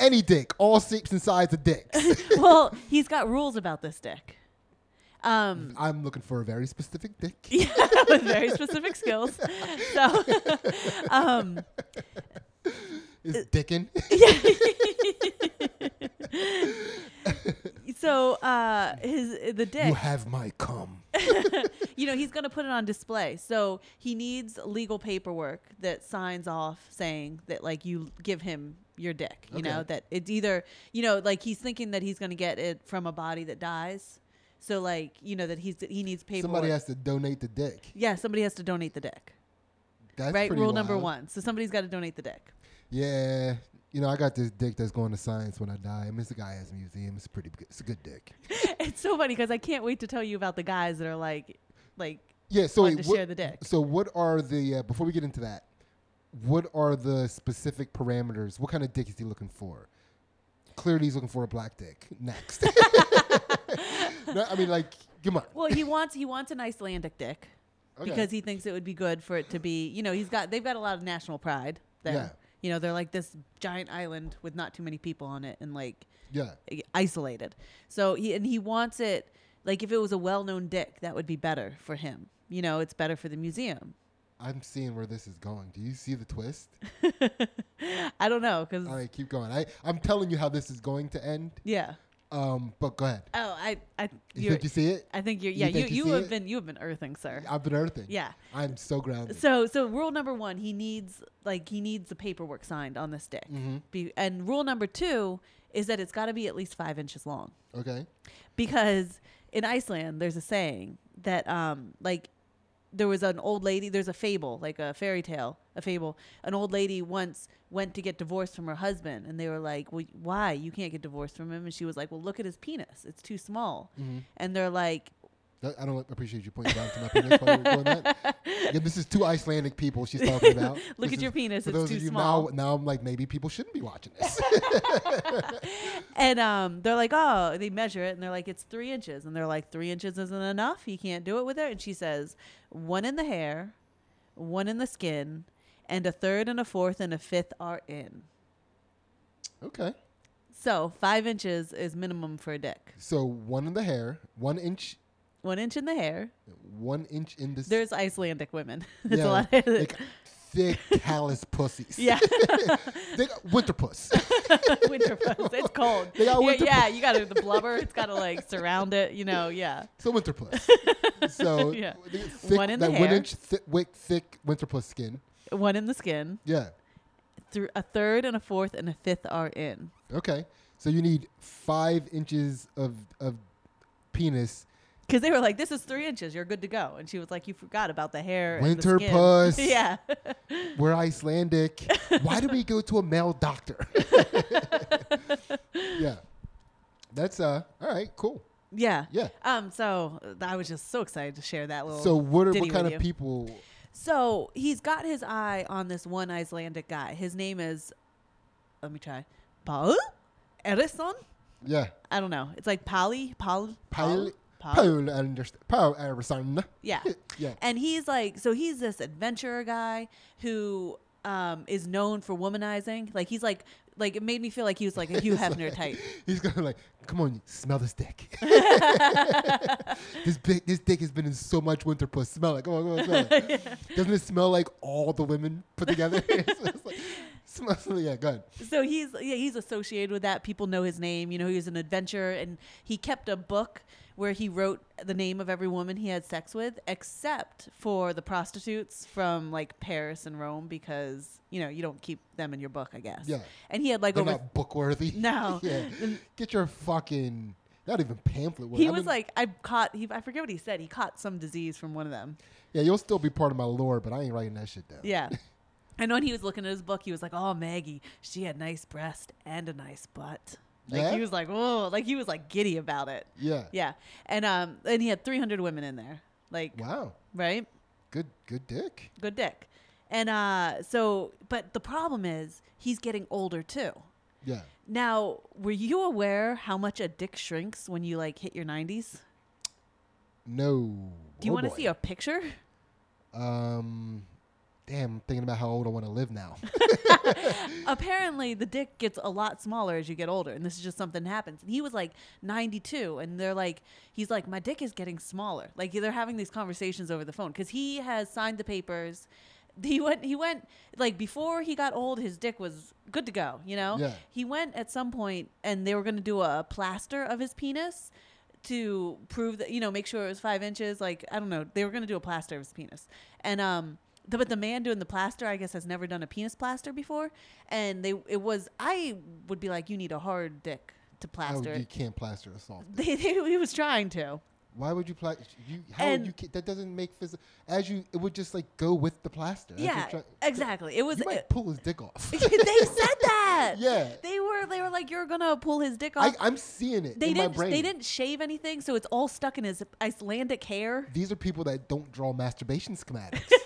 [SPEAKER 2] Any dick, all shapes and sizes of dicks.
[SPEAKER 3] well, he's got rules about this dick. Um,
[SPEAKER 2] I'm looking for a very specific dick.
[SPEAKER 3] yeah, with very specific skills. So, um, uh,
[SPEAKER 2] It's dickin'.
[SPEAKER 3] so uh, his the dick.
[SPEAKER 2] you have my cum.
[SPEAKER 3] you know he's going to put it on display so he needs legal paperwork that signs off saying that like you give him your dick. You
[SPEAKER 2] Okay.
[SPEAKER 3] know that it's either you know like he's thinking that he's going to get it from a body that dies. So like you know that he's he needs paperwork.
[SPEAKER 2] Somebody has to donate the dick.
[SPEAKER 3] yeah, somebody has to donate the dick.
[SPEAKER 2] That's
[SPEAKER 3] right,
[SPEAKER 2] pretty
[SPEAKER 3] rule number
[SPEAKER 2] wild.
[SPEAKER 3] one. So somebody's got to donate the dick.
[SPEAKER 2] Yeah, you know, I got this dick that's going to science when I die. I mean, it's a guy has a museum. It's pretty. Good. It's a good dick.
[SPEAKER 3] it's so funny because I can't wait to tell you about the guys that are like, like
[SPEAKER 2] Yeah. So
[SPEAKER 3] Wanted
[SPEAKER 2] wait,
[SPEAKER 3] to
[SPEAKER 2] what-
[SPEAKER 3] share the dick.
[SPEAKER 2] So what are the uh, before we get into that? What are the specific parameters? What kind of dick is he looking for? Clearly, he's looking for a black dick. Next. No, I mean, like, come on.
[SPEAKER 3] well, he wants he wants an Icelandic dick
[SPEAKER 2] Okay.
[SPEAKER 3] because he thinks it would be good for it to be. You know, he's got they've got a lot of national pride there.
[SPEAKER 2] Yeah.
[SPEAKER 3] You know, they're like this giant island with not too many people on it and like
[SPEAKER 2] yeah.
[SPEAKER 3] isolated. So he and he wants it like if it was a well-known dick, that would be better for him. You know, it's better for the museum.
[SPEAKER 2] I'm seeing where this is going. Do you see the twist?
[SPEAKER 3] I don't know because
[SPEAKER 2] All right, keep going. I, I'm telling you how this is going to end.
[SPEAKER 3] yeah.
[SPEAKER 2] Um, but go ahead.
[SPEAKER 3] Oh, I I
[SPEAKER 2] You
[SPEAKER 3] you're-
[SPEAKER 2] think you see it?
[SPEAKER 3] I think you're
[SPEAKER 2] you
[SPEAKER 3] yeah you
[SPEAKER 2] think
[SPEAKER 3] you,
[SPEAKER 2] you see
[SPEAKER 3] have
[SPEAKER 2] it?
[SPEAKER 3] been you have been earthing, sir.
[SPEAKER 2] I've been earthing.
[SPEAKER 3] Yeah.
[SPEAKER 2] I'm so grounded.
[SPEAKER 3] So so rule number one, he needs like he needs the paperwork signed on this dick. Be, and rule number two is that it's got to be at least five inches long,
[SPEAKER 2] okay.
[SPEAKER 3] because in Iceland there's a saying that um like there was an old lady there's a fable like a fairy tale a fable an old lady once went to get divorced from her husband and they were like well why you can't get divorced from him and she was like well look at his penis it's too small and they're like
[SPEAKER 2] That- I don't appreciate you pointing down to my penis while you're doing that. Yeah, this is two Icelandic people she's talking about.
[SPEAKER 3] Look
[SPEAKER 2] This
[SPEAKER 3] at your
[SPEAKER 2] is-
[SPEAKER 3] penis,
[SPEAKER 2] For
[SPEAKER 3] it's
[SPEAKER 2] those
[SPEAKER 3] too
[SPEAKER 2] of you
[SPEAKER 3] small.
[SPEAKER 2] now, now I'm like, maybe people shouldn't be watching this.
[SPEAKER 3] And um, they're like, oh, they measure it and they're like, it's three inches. And they're like, three inches isn't enough. You can't do it with it. And she says, one in the hair, one in the skin, and a third and a fourth and a fifth are in.
[SPEAKER 2] okay.
[SPEAKER 3] So five inches is minimum for a dick.
[SPEAKER 2] So one in the hair, one inch,
[SPEAKER 3] One inch in the hair.
[SPEAKER 2] one inch in the. s-
[SPEAKER 3] There's Icelandic women. There's
[SPEAKER 2] yeah,
[SPEAKER 3] a lot of
[SPEAKER 2] like thick, callous pussies.
[SPEAKER 3] yeah,
[SPEAKER 2] They got winter puss.
[SPEAKER 3] winter puss. It's cold.
[SPEAKER 2] They got
[SPEAKER 3] yeah,
[SPEAKER 2] winter
[SPEAKER 3] yeah, you got to the blubber. It's got to like surround it. You know, yeah.
[SPEAKER 2] So winter puss. So
[SPEAKER 3] Yeah.
[SPEAKER 2] they got thick,
[SPEAKER 3] One in
[SPEAKER 2] that
[SPEAKER 3] the
[SPEAKER 2] one
[SPEAKER 3] hair.
[SPEAKER 2] inch thick, wick, thick winter puss skin.
[SPEAKER 3] One in the skin.
[SPEAKER 2] Yeah.
[SPEAKER 3] Th- a third and a fourth and a fifth are in.
[SPEAKER 2] Okay. So you need five inches of of penis.
[SPEAKER 3] Because they were like, "This is three inches. You're good to go." And she was like, "You forgot about the hair." and the
[SPEAKER 2] Winter
[SPEAKER 3] skin."
[SPEAKER 2] puss.
[SPEAKER 3] yeah.
[SPEAKER 2] We're Icelandic. Why do we go to a male doctor? yeah. That's uh all right, cool.
[SPEAKER 3] yeah.
[SPEAKER 2] Yeah.
[SPEAKER 3] Um. So uh, I was just so excited to share that little.
[SPEAKER 2] So what are
[SPEAKER 3] ditty
[SPEAKER 2] what kind
[SPEAKER 3] with
[SPEAKER 2] of
[SPEAKER 3] you.
[SPEAKER 2] people
[SPEAKER 3] So he's got his eye on this one Icelandic guy. His name is, let me try, Paul Erison.
[SPEAKER 2] Yeah.
[SPEAKER 3] I don't know. It's like Pali, Paul,
[SPEAKER 2] Paul
[SPEAKER 3] Paul.
[SPEAKER 2] Paul understand Paul Arison.
[SPEAKER 3] Yeah.
[SPEAKER 2] Yeah.
[SPEAKER 3] And he's like, so he's this adventurer guy who um, is known for womanizing. Like he's like, like it made me feel like he was like a Hugh Hefner type.
[SPEAKER 2] He's gonna like, come on, smell this dick. this big, this dick has been in so much winter puss. Smell it. Come on, come on, smell it. Doesn't it smell like all the women put together? It's like- smells like- yeah, good.
[SPEAKER 3] so he's yeah, he's associated with that. People know his name. You know, he was an adventurer, and he kept a book where he wrote the name of every woman he had sex with, except for the prostitutes from like Paris and Rome, because you know you don't keep them in your book, I guess.
[SPEAKER 2] Yeah.
[SPEAKER 3] And he had like
[SPEAKER 2] They're
[SPEAKER 3] over.
[SPEAKER 2] not book worthy.
[SPEAKER 3] No.
[SPEAKER 2] yeah. Get your fucking not even pamphlet. worthy.
[SPEAKER 3] he
[SPEAKER 2] I
[SPEAKER 3] was
[SPEAKER 2] mean,
[SPEAKER 3] like, I caught. He, I forget what he said. He caught some disease from one of them.
[SPEAKER 2] yeah, you'll still be part of my lore, but I ain't writing that shit down.
[SPEAKER 3] Yeah. And when he was looking at his book, he was like, "Oh, Maggie, she had nice breast and a nice butt." Like
[SPEAKER 2] Yeah?
[SPEAKER 3] he was like, "Oh," like he was like giddy about it.
[SPEAKER 2] Yeah.
[SPEAKER 3] Yeah. And um, and he had 300 women in there. Like,
[SPEAKER 2] Wow.
[SPEAKER 3] right?
[SPEAKER 2] Good, good dick.
[SPEAKER 3] Good dick. And uh, so, but the problem is he's getting older too.
[SPEAKER 2] Yeah.
[SPEAKER 3] Now, were you aware how much a dick shrinks when you like hit your 90s?
[SPEAKER 2] No.
[SPEAKER 3] Do you
[SPEAKER 2] Oh,
[SPEAKER 3] want to
[SPEAKER 2] boy.
[SPEAKER 3] see a picture?
[SPEAKER 2] Um. Damn, I'm thinking about how old I want to live now.
[SPEAKER 3] apparently the dick gets a lot smaller as you get older and this is just something that happens and he was like 92 and they're like he's like my dick is getting smaller like they're having these conversations over the phone because he has signed the papers he went he went like before he got old his dick was good to go you know
[SPEAKER 2] Yeah.
[SPEAKER 3] he went at some point and they were going to do a plaster of his penis to prove that you know make sure it was five inches like i don't know they were going to do a plaster of his penis and um the, but the man doing the plaster, I guess, has never done a penis plaster before, and they it was I would be like, you need a hard dick to
[SPEAKER 2] Oh,
[SPEAKER 3] plaster.
[SPEAKER 2] you
[SPEAKER 3] it.
[SPEAKER 2] can't plaster a soft.
[SPEAKER 3] They, they, he was trying to.
[SPEAKER 2] Why would you plaster? You how would
[SPEAKER 3] And-
[SPEAKER 2] you? ca- That doesn't make physical. As you, it would just like go with the plaster. That's what
[SPEAKER 3] yeah,
[SPEAKER 2] I'm trying-
[SPEAKER 3] exactly. It was.
[SPEAKER 2] You might pull his dick off.
[SPEAKER 3] they said that.
[SPEAKER 2] Yeah.
[SPEAKER 3] They were. They were like, you're gonna pull his dick off.
[SPEAKER 2] I, I'm seeing it
[SPEAKER 3] they
[SPEAKER 2] in
[SPEAKER 3] didn't.
[SPEAKER 2] my brain.
[SPEAKER 3] They didn't shave anything, so it's all stuck in his Icelandic hair.
[SPEAKER 2] These are people that don't draw masturbation schematics. do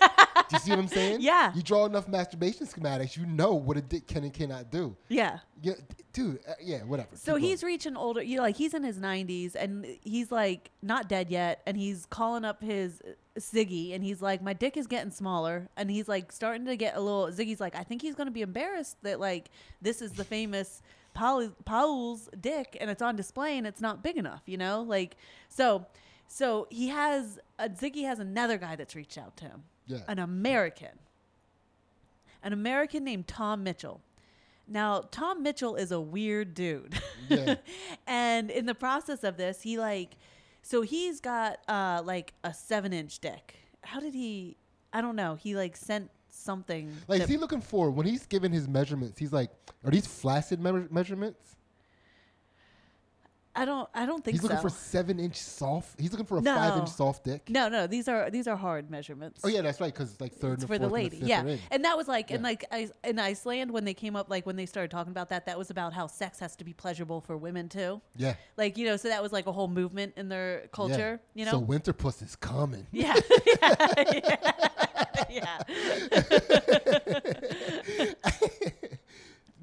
[SPEAKER 2] you see what I'm saying?
[SPEAKER 3] Yeah.
[SPEAKER 2] You draw enough masturbation schematics, you know what a dick can and cannot do.
[SPEAKER 3] Yeah.
[SPEAKER 2] Yeah, d- dude. Uh, yeah, whatever.
[SPEAKER 3] So
[SPEAKER 2] Keep
[SPEAKER 3] he's
[SPEAKER 2] going.
[SPEAKER 3] reaching older, you know, like he's in his 90s and he's like not dead yet. And he's calling up his uh, Ziggy and he's like, My dick is getting smaller. And he's like starting to get a little. Ziggy's like, I think he's going to be embarrassed that like this is the famous Paul, Paul's dick and it's on display and it's not big enough, you know? Like, so, so he has, uh, Ziggy has another guy that's reached out to him,
[SPEAKER 2] Yeah.
[SPEAKER 3] an American, an American named Tom Mitchell. Now, Tom Mitchell is a weird dude.
[SPEAKER 2] Yeah.
[SPEAKER 3] and in the process of this, he like, so he's got uh, like a seven inch dick. How did he? I don't know. He like sent something.
[SPEAKER 2] Like,
[SPEAKER 3] that-
[SPEAKER 2] is he looking for when he's giving his measurements? He's like, are these flaccid measure- measurements?
[SPEAKER 3] I don't. I don't think
[SPEAKER 2] He's looking
[SPEAKER 3] so.
[SPEAKER 2] for seven inch soft. He's looking for a
[SPEAKER 3] No.
[SPEAKER 2] five inch soft dick.
[SPEAKER 3] no, no. These are these are hard measurements.
[SPEAKER 2] Oh yeah, that's right. Because like third
[SPEAKER 3] It's
[SPEAKER 2] and
[SPEAKER 3] for
[SPEAKER 2] fourth
[SPEAKER 3] the
[SPEAKER 2] and
[SPEAKER 3] lady,
[SPEAKER 2] fifth
[SPEAKER 3] yeah,
[SPEAKER 2] are in.
[SPEAKER 3] and that was like, and
[SPEAKER 2] Yeah.
[SPEAKER 3] like I, in Iceland when they came up, like when they started talking about that, that was about how sex has to be pleasurable for women too,
[SPEAKER 2] yeah.
[SPEAKER 3] like you know, so that was like a whole movement in their
[SPEAKER 2] Yeah.
[SPEAKER 3] culture, you know.
[SPEAKER 2] So winter puss is coming.
[SPEAKER 3] Yeah. yeah. yeah.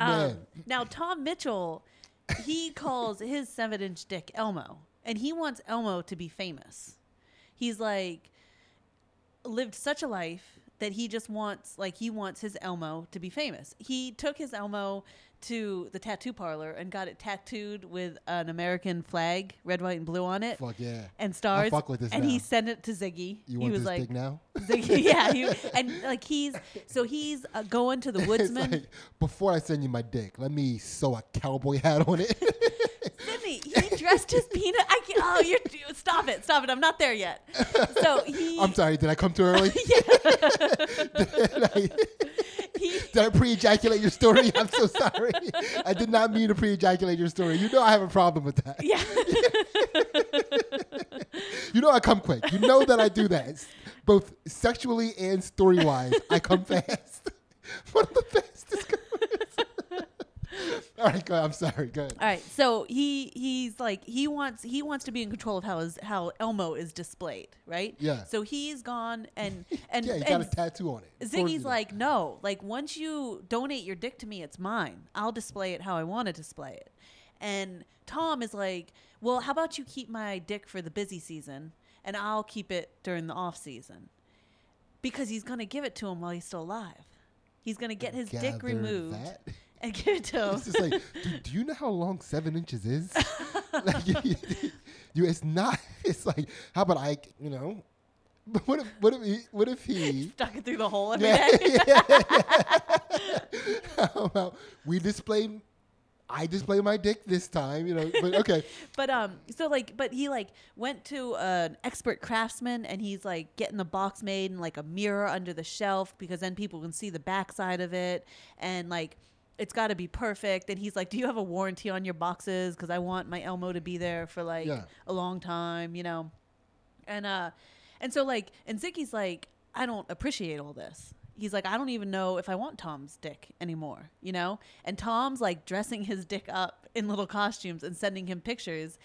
[SPEAKER 3] um,
[SPEAKER 2] Man.
[SPEAKER 3] now, Tom Mitchell, he calls his seven inch dick Elmo, and he wants Elmo to be famous. He's like, lived such a life that he just wants like he wants his Elmo to be famous. He took his Elmo to the tattoo parlor and got it tattooed with an American flag, red, white, and blue on it.
[SPEAKER 2] Fuck yeah.
[SPEAKER 3] And stars,
[SPEAKER 2] fuck with this
[SPEAKER 3] and he
[SPEAKER 2] now.
[SPEAKER 3] sent it to Ziggy.
[SPEAKER 2] You
[SPEAKER 3] he
[SPEAKER 2] want
[SPEAKER 3] was
[SPEAKER 2] this
[SPEAKER 3] like,
[SPEAKER 2] dick now?
[SPEAKER 3] Ziggy, yeah, he, and like he's so he's uh, going to the
[SPEAKER 2] It's
[SPEAKER 3] woodsman.
[SPEAKER 2] like, before I send you my dick, let me sew a cowboy hat on it.
[SPEAKER 3] Sydney, he dressed his peanut. I can't, oh, you're stop it, stop it. I'm not there yet. So he,
[SPEAKER 2] I'm sorry, did I come too early? did, I,
[SPEAKER 3] he
[SPEAKER 2] did I pre-ejaculate your story? I'm so sorry. I did not mean to pre-ejaculate your story. You know I have a problem with that.
[SPEAKER 3] yeah,
[SPEAKER 2] You know I come quick. You know that I do that. It's both sexually and story-wise, I come fast. One of the fastest comers. All right, go ahead. I'm sorry. Go ahead.
[SPEAKER 3] All right, so he he's like he wants he wants to be in control of how his how Elmo is displayed, right?
[SPEAKER 2] Yeah.
[SPEAKER 3] So he's gone and and
[SPEAKER 2] yeah, you got
[SPEAKER 3] and
[SPEAKER 2] a tattoo on it. Or, you
[SPEAKER 3] Ziggy's
[SPEAKER 2] know.
[SPEAKER 3] like, no, like once you donate your dick to me, it's mine. I'll display it how I want to display it. And Tom is like, well, how about you keep my dick for the busy season and I'll keep it during the off season? Because he's going to give it to him while he's still alive. He's going to get his dick
[SPEAKER 2] Gather
[SPEAKER 3] removed
[SPEAKER 2] that.
[SPEAKER 3] and give it to him.
[SPEAKER 2] It's just like, dude, do you know how long seven inches is? like, you, you- it's not. It's like, how about I, you know, but what if, what if he, what if he,
[SPEAKER 3] Stuck it through the hole every day.
[SPEAKER 2] yeah, how about we display, I display my dick this time, you know, but okay,
[SPEAKER 3] But um, so like, but he like went to an expert craftsman, and he's like getting the box made and like a mirror under the shelf because then people can see the backside of it, and like it's got to be perfect. And he's like, "Do you have a warranty on your boxes? Because I want my Elmo to be there for like
[SPEAKER 2] Yeah.
[SPEAKER 3] a long time, you know." And uh, and so like, and Ziggy's like, "I don't appreciate all this." He's like, I don't even know if I want Tom's dick anymore, you know? And Tom's like dressing his dick up in little costumes and sending him pictures.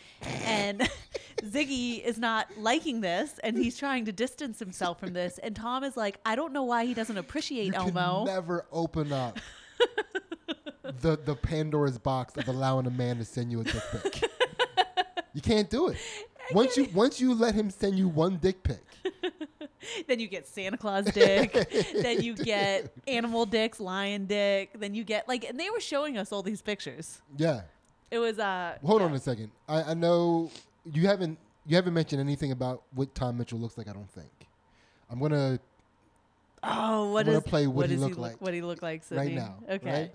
[SPEAKER 3] And Ziggy is not liking this and he's trying to distance himself from this. And Tom is like, I don't know why he doesn't appreciate
[SPEAKER 2] you
[SPEAKER 3] Elmo.
[SPEAKER 2] can never open up the, the Pandora's box of allowing a man to send you a dick pic. you can't do it. Once you, once you let him send you one dick pic,
[SPEAKER 3] then you get Santa Claus dick. then you get animal dicks, lion dick. Then you get like, and they were showing us all these pictures.
[SPEAKER 2] yeah.
[SPEAKER 3] It was, uh,
[SPEAKER 2] Hold
[SPEAKER 3] yeah.
[SPEAKER 2] on a second. I, I know you haven't you haven't mentioned anything about what Tom Mitchell looks like. I don't think. I'm gonna
[SPEAKER 3] Oh, what
[SPEAKER 2] I'm gonna
[SPEAKER 3] is-
[SPEAKER 2] play what he
[SPEAKER 3] does
[SPEAKER 2] look like
[SPEAKER 3] What he look like,
[SPEAKER 2] right
[SPEAKER 3] Sydney?
[SPEAKER 2] now.
[SPEAKER 3] Okay.
[SPEAKER 2] right?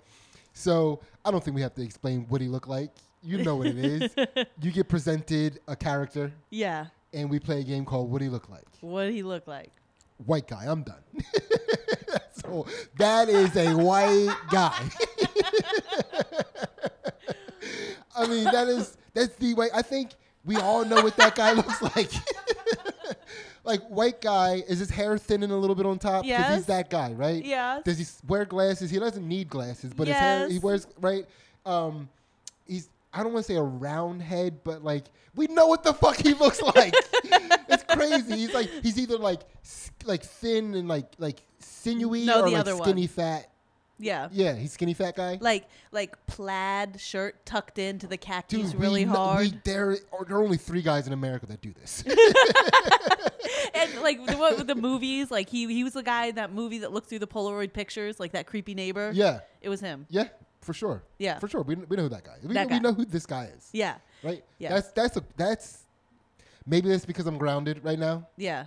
[SPEAKER 2] So I don't think we have to explain what he looked like. You know what it is. you get presented a character,
[SPEAKER 3] Yeah.
[SPEAKER 2] and we play a game called What He Look Like.
[SPEAKER 3] What did he look like?
[SPEAKER 2] white guy. I'm done. so that is a white guy. I mean, that is that's the way. I think we all know what that guy looks like. like white guy, is his hair thinning a little bit on top? Because
[SPEAKER 3] Yes.
[SPEAKER 2] he's that guy, right?
[SPEAKER 3] Yes.
[SPEAKER 2] Does he s- wear glasses? He doesn't need glasses, but his hair he
[SPEAKER 3] Yes.
[SPEAKER 2] wears right. Um, he's I don't want to say a round head, but like we know what the fuck he looks like. it's crazy. He's like he's either like s- like thin and like like sinewy
[SPEAKER 3] No,
[SPEAKER 2] or
[SPEAKER 3] the
[SPEAKER 2] like
[SPEAKER 3] other one.
[SPEAKER 2] skinny fat.
[SPEAKER 3] Yeah.
[SPEAKER 2] Yeah, he's skinny fat guy.
[SPEAKER 3] Like like plaid shirt tucked into the
[SPEAKER 2] Dude,
[SPEAKER 3] khakis
[SPEAKER 2] we
[SPEAKER 3] really
[SPEAKER 2] kn- we-
[SPEAKER 3] hard.
[SPEAKER 2] there, are, there are only three guys in America that do this.
[SPEAKER 3] and like the what with the movies, like he he was the guy in that movie that looked through the Polaroid pictures, like that creepy neighbor.
[SPEAKER 2] yeah,
[SPEAKER 3] It was him.
[SPEAKER 2] yeah, for sure.
[SPEAKER 3] Yeah.
[SPEAKER 2] for sure. We, kn- we know who that guy. is. We,
[SPEAKER 3] That
[SPEAKER 2] we
[SPEAKER 3] guy.
[SPEAKER 2] know who this guy is.
[SPEAKER 3] Yeah.
[SPEAKER 2] Right.
[SPEAKER 3] Yeah.
[SPEAKER 2] That's that's a that's maybe that's because I'm grounded right now.
[SPEAKER 3] Yeah.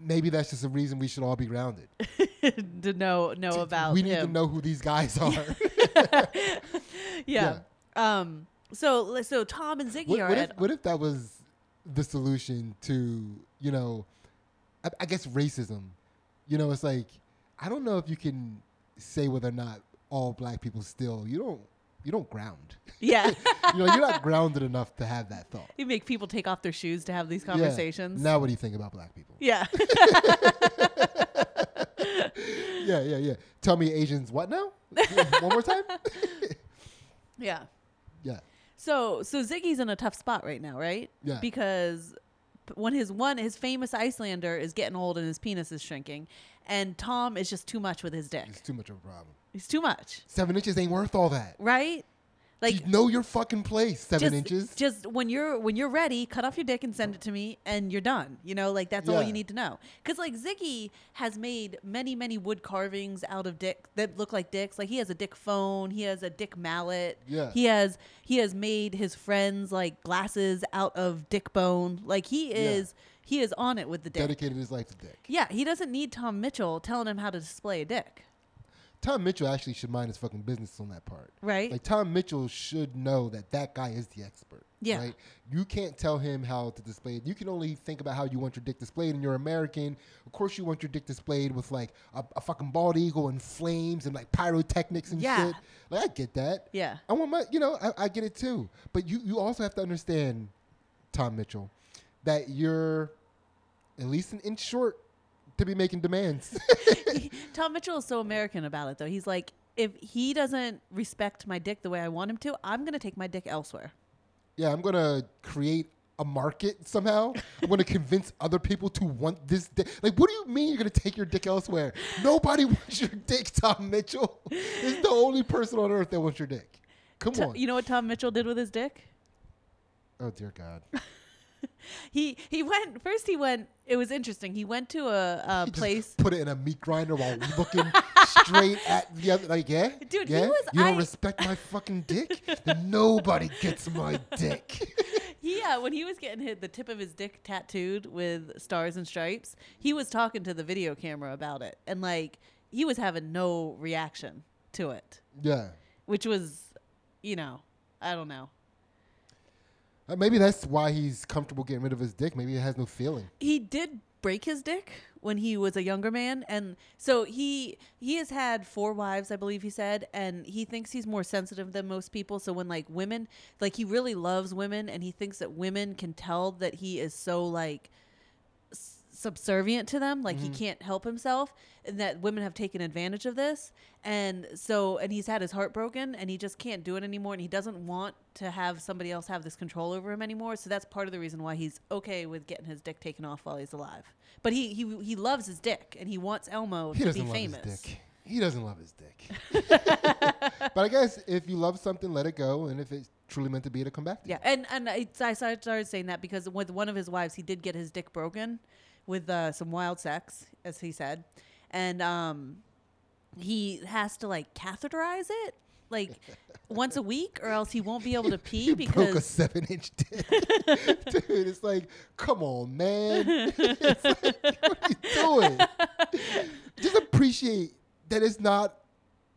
[SPEAKER 2] Maybe that's just a reason we should all be grounded.
[SPEAKER 3] to know know about
[SPEAKER 2] we need
[SPEAKER 3] him.
[SPEAKER 2] to know who these guys are.
[SPEAKER 3] Yeah. Um so so Tom and Ziggy
[SPEAKER 2] what,
[SPEAKER 3] are
[SPEAKER 2] what if,
[SPEAKER 3] at
[SPEAKER 2] what if that was the solution to you know, I, I guess racism. You know, it's like I don't know if you can say whether or not all black people still you don't you don't ground.
[SPEAKER 3] Yeah.
[SPEAKER 2] you know, you're not grounded enough to have that thought.
[SPEAKER 3] you make people take off their shoes to have these
[SPEAKER 2] Yeah.
[SPEAKER 3] conversations.
[SPEAKER 2] Now, what do you think about black people?
[SPEAKER 3] Yeah.
[SPEAKER 2] Yeah, yeah, yeah. Tell me, Asians, what now? One more time?
[SPEAKER 3] yeah.
[SPEAKER 2] Yeah.
[SPEAKER 3] So so Ziggy's in a tough spot right now, right?
[SPEAKER 2] Yeah.
[SPEAKER 3] Because p- when his one his famous Icelander is getting old and his penis is shrinking, and Tom is just too much with his dick.
[SPEAKER 2] It's too much of a problem.
[SPEAKER 3] He's too much,
[SPEAKER 2] Seven inches ain't worth all that.
[SPEAKER 3] right? Like
[SPEAKER 2] you know your fucking place, seven
[SPEAKER 3] just,
[SPEAKER 2] inches.
[SPEAKER 3] just when you're when you're ready, cut off your dick and send it to me, and you're done. You know, like that's all
[SPEAKER 2] Yeah.
[SPEAKER 3] you need to know. Because like Ziggy has made many many wood carvings out of dick that look like dicks. Like he has a dick phone, he has a dick mallet.
[SPEAKER 2] Yeah.
[SPEAKER 3] He has he has made his friends like glasses out of dick bone. Like he is he is on it with the dick.
[SPEAKER 2] Dedicated his life to dick.
[SPEAKER 3] yeah, he doesn't need Tom Mitchell telling him how to display a dick,
[SPEAKER 2] Tom Mitchell actually should mind his fucking business on that part.
[SPEAKER 3] right?
[SPEAKER 2] Like, Tom Mitchell should know that that guy is the expert.
[SPEAKER 3] Yeah.
[SPEAKER 2] Right? You can't tell him how to display it. You can only think about how you want your dick displayed, and you're American. Of course, you want your dick displayed with like a, a fucking bald eagle and flames and like pyrotechnics and
[SPEAKER 3] Yeah.
[SPEAKER 2] shit. Like, I get that.
[SPEAKER 3] yeah.
[SPEAKER 2] I want my, you know, I, I get it too. But you, you also have to understand, Tom Mitchell, that you're at least an inch short to be making demands.
[SPEAKER 3] Tom Mitchell is so American about it, though. He's like, if he doesn't respect my dick the way I want him to, I'm gonna take my dick elsewhere.
[SPEAKER 2] yeah, I'm gonna create a market somehow. I'm gonna convince other people to want this dick. Like, what do you mean you're gonna take your dick elsewhere? Nobody wants your dick, Tom Mitchell. It's the only person on earth that wants your dick. Come
[SPEAKER 3] To-
[SPEAKER 2] on.
[SPEAKER 3] you know what Tom Mitchell did with his dick?
[SPEAKER 2] oh dear God.
[SPEAKER 3] He he went first. He went. It was interesting. He went to a, a
[SPEAKER 2] He just
[SPEAKER 3] place.
[SPEAKER 2] Put it in a meat grinder while looking straight at the other. Like, yeah,
[SPEAKER 3] Dude, he
[SPEAKER 2] yeah?
[SPEAKER 3] was-
[SPEAKER 2] You don't
[SPEAKER 3] I-
[SPEAKER 2] respect my fucking dick. then nobody gets my dick.
[SPEAKER 3] He, yeah, when he was getting hit, the tip of his dick tattooed with stars and stripes, he was talking to the video camera about it, and like he was having no reaction to it,
[SPEAKER 2] yeah,
[SPEAKER 3] which was, you know, I don't know.
[SPEAKER 2] Uh, maybe that's why he's comfortable getting rid of his dick. Maybe it has no feeling.
[SPEAKER 3] he did break his dick when he was a younger man and so he he has had four wives i believe he said and he thinks he's more sensitive than most people so when like women like he really loves women and he thinks that women can tell that he is so like s- subservient to them like
[SPEAKER 2] Mm-hmm.
[SPEAKER 3] he can't help himself and that women have taken advantage of this and so and he's had his heart broken and he just can't do it anymore and he doesn't want to have somebody else have this control over him anymore so that's part of the reason why he's okay with getting his dick taken off while he's alive but he he, he loves his dick and he wants elmo
[SPEAKER 2] He
[SPEAKER 3] to
[SPEAKER 2] doesn't
[SPEAKER 3] be
[SPEAKER 2] love
[SPEAKER 3] famous
[SPEAKER 2] his dick. He doesn't love his dick. but I guess if you love something, let it go. And if it's truly meant to be, it'll come back to
[SPEAKER 3] yeah and and it's, i started started saying that because with one of his wives he did get his dick broken with uh, some wild sex as he said and um he has to like catheterize it like once a week or else he won't be able to
[SPEAKER 2] you.
[SPEAKER 3] pee
[SPEAKER 2] He broke a
[SPEAKER 3] because
[SPEAKER 2] seven inch dick. Dude, it's like, come on, man. It's like, what are you doing? Just appreciate that it's not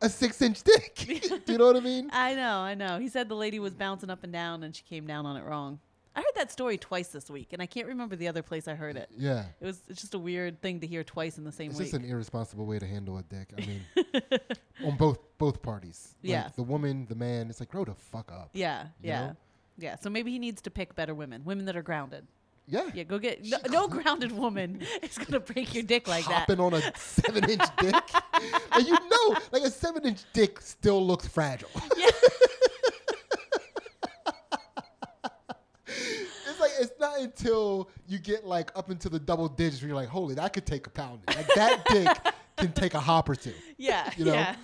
[SPEAKER 2] a six inch dick. Do you know what I mean?
[SPEAKER 3] i know i know he said the lady was bouncing up and down and she came down on it wrong I heard that story twice this week, and I can't remember the other place I heard it.
[SPEAKER 2] Yeah.
[SPEAKER 3] It was it's just a weird thing to hear twice in the same
[SPEAKER 2] It's
[SPEAKER 3] week.
[SPEAKER 2] just an irresponsible way to handle a dick. I mean, on both both parties. Like,
[SPEAKER 3] Yeah.
[SPEAKER 2] The woman, the man. It's like grow the fuck up.
[SPEAKER 3] yeah,
[SPEAKER 2] you
[SPEAKER 3] yeah,
[SPEAKER 2] know?
[SPEAKER 3] yeah. So maybe he needs to pick better women, women that are grounded.
[SPEAKER 2] Yeah.
[SPEAKER 3] Yeah, go get no, no grounded woman is gonna break your dick like that.
[SPEAKER 2] Hopping on a seven inch dick, and you know, like a seven inch dick still looks fragile.
[SPEAKER 3] Yeah.
[SPEAKER 2] It's like it's not until you get like up into the double digits where you're like, holy, that could take a pounding. Like that dick can take a hop or two
[SPEAKER 3] Yeah,
[SPEAKER 2] You know,
[SPEAKER 3] yeah.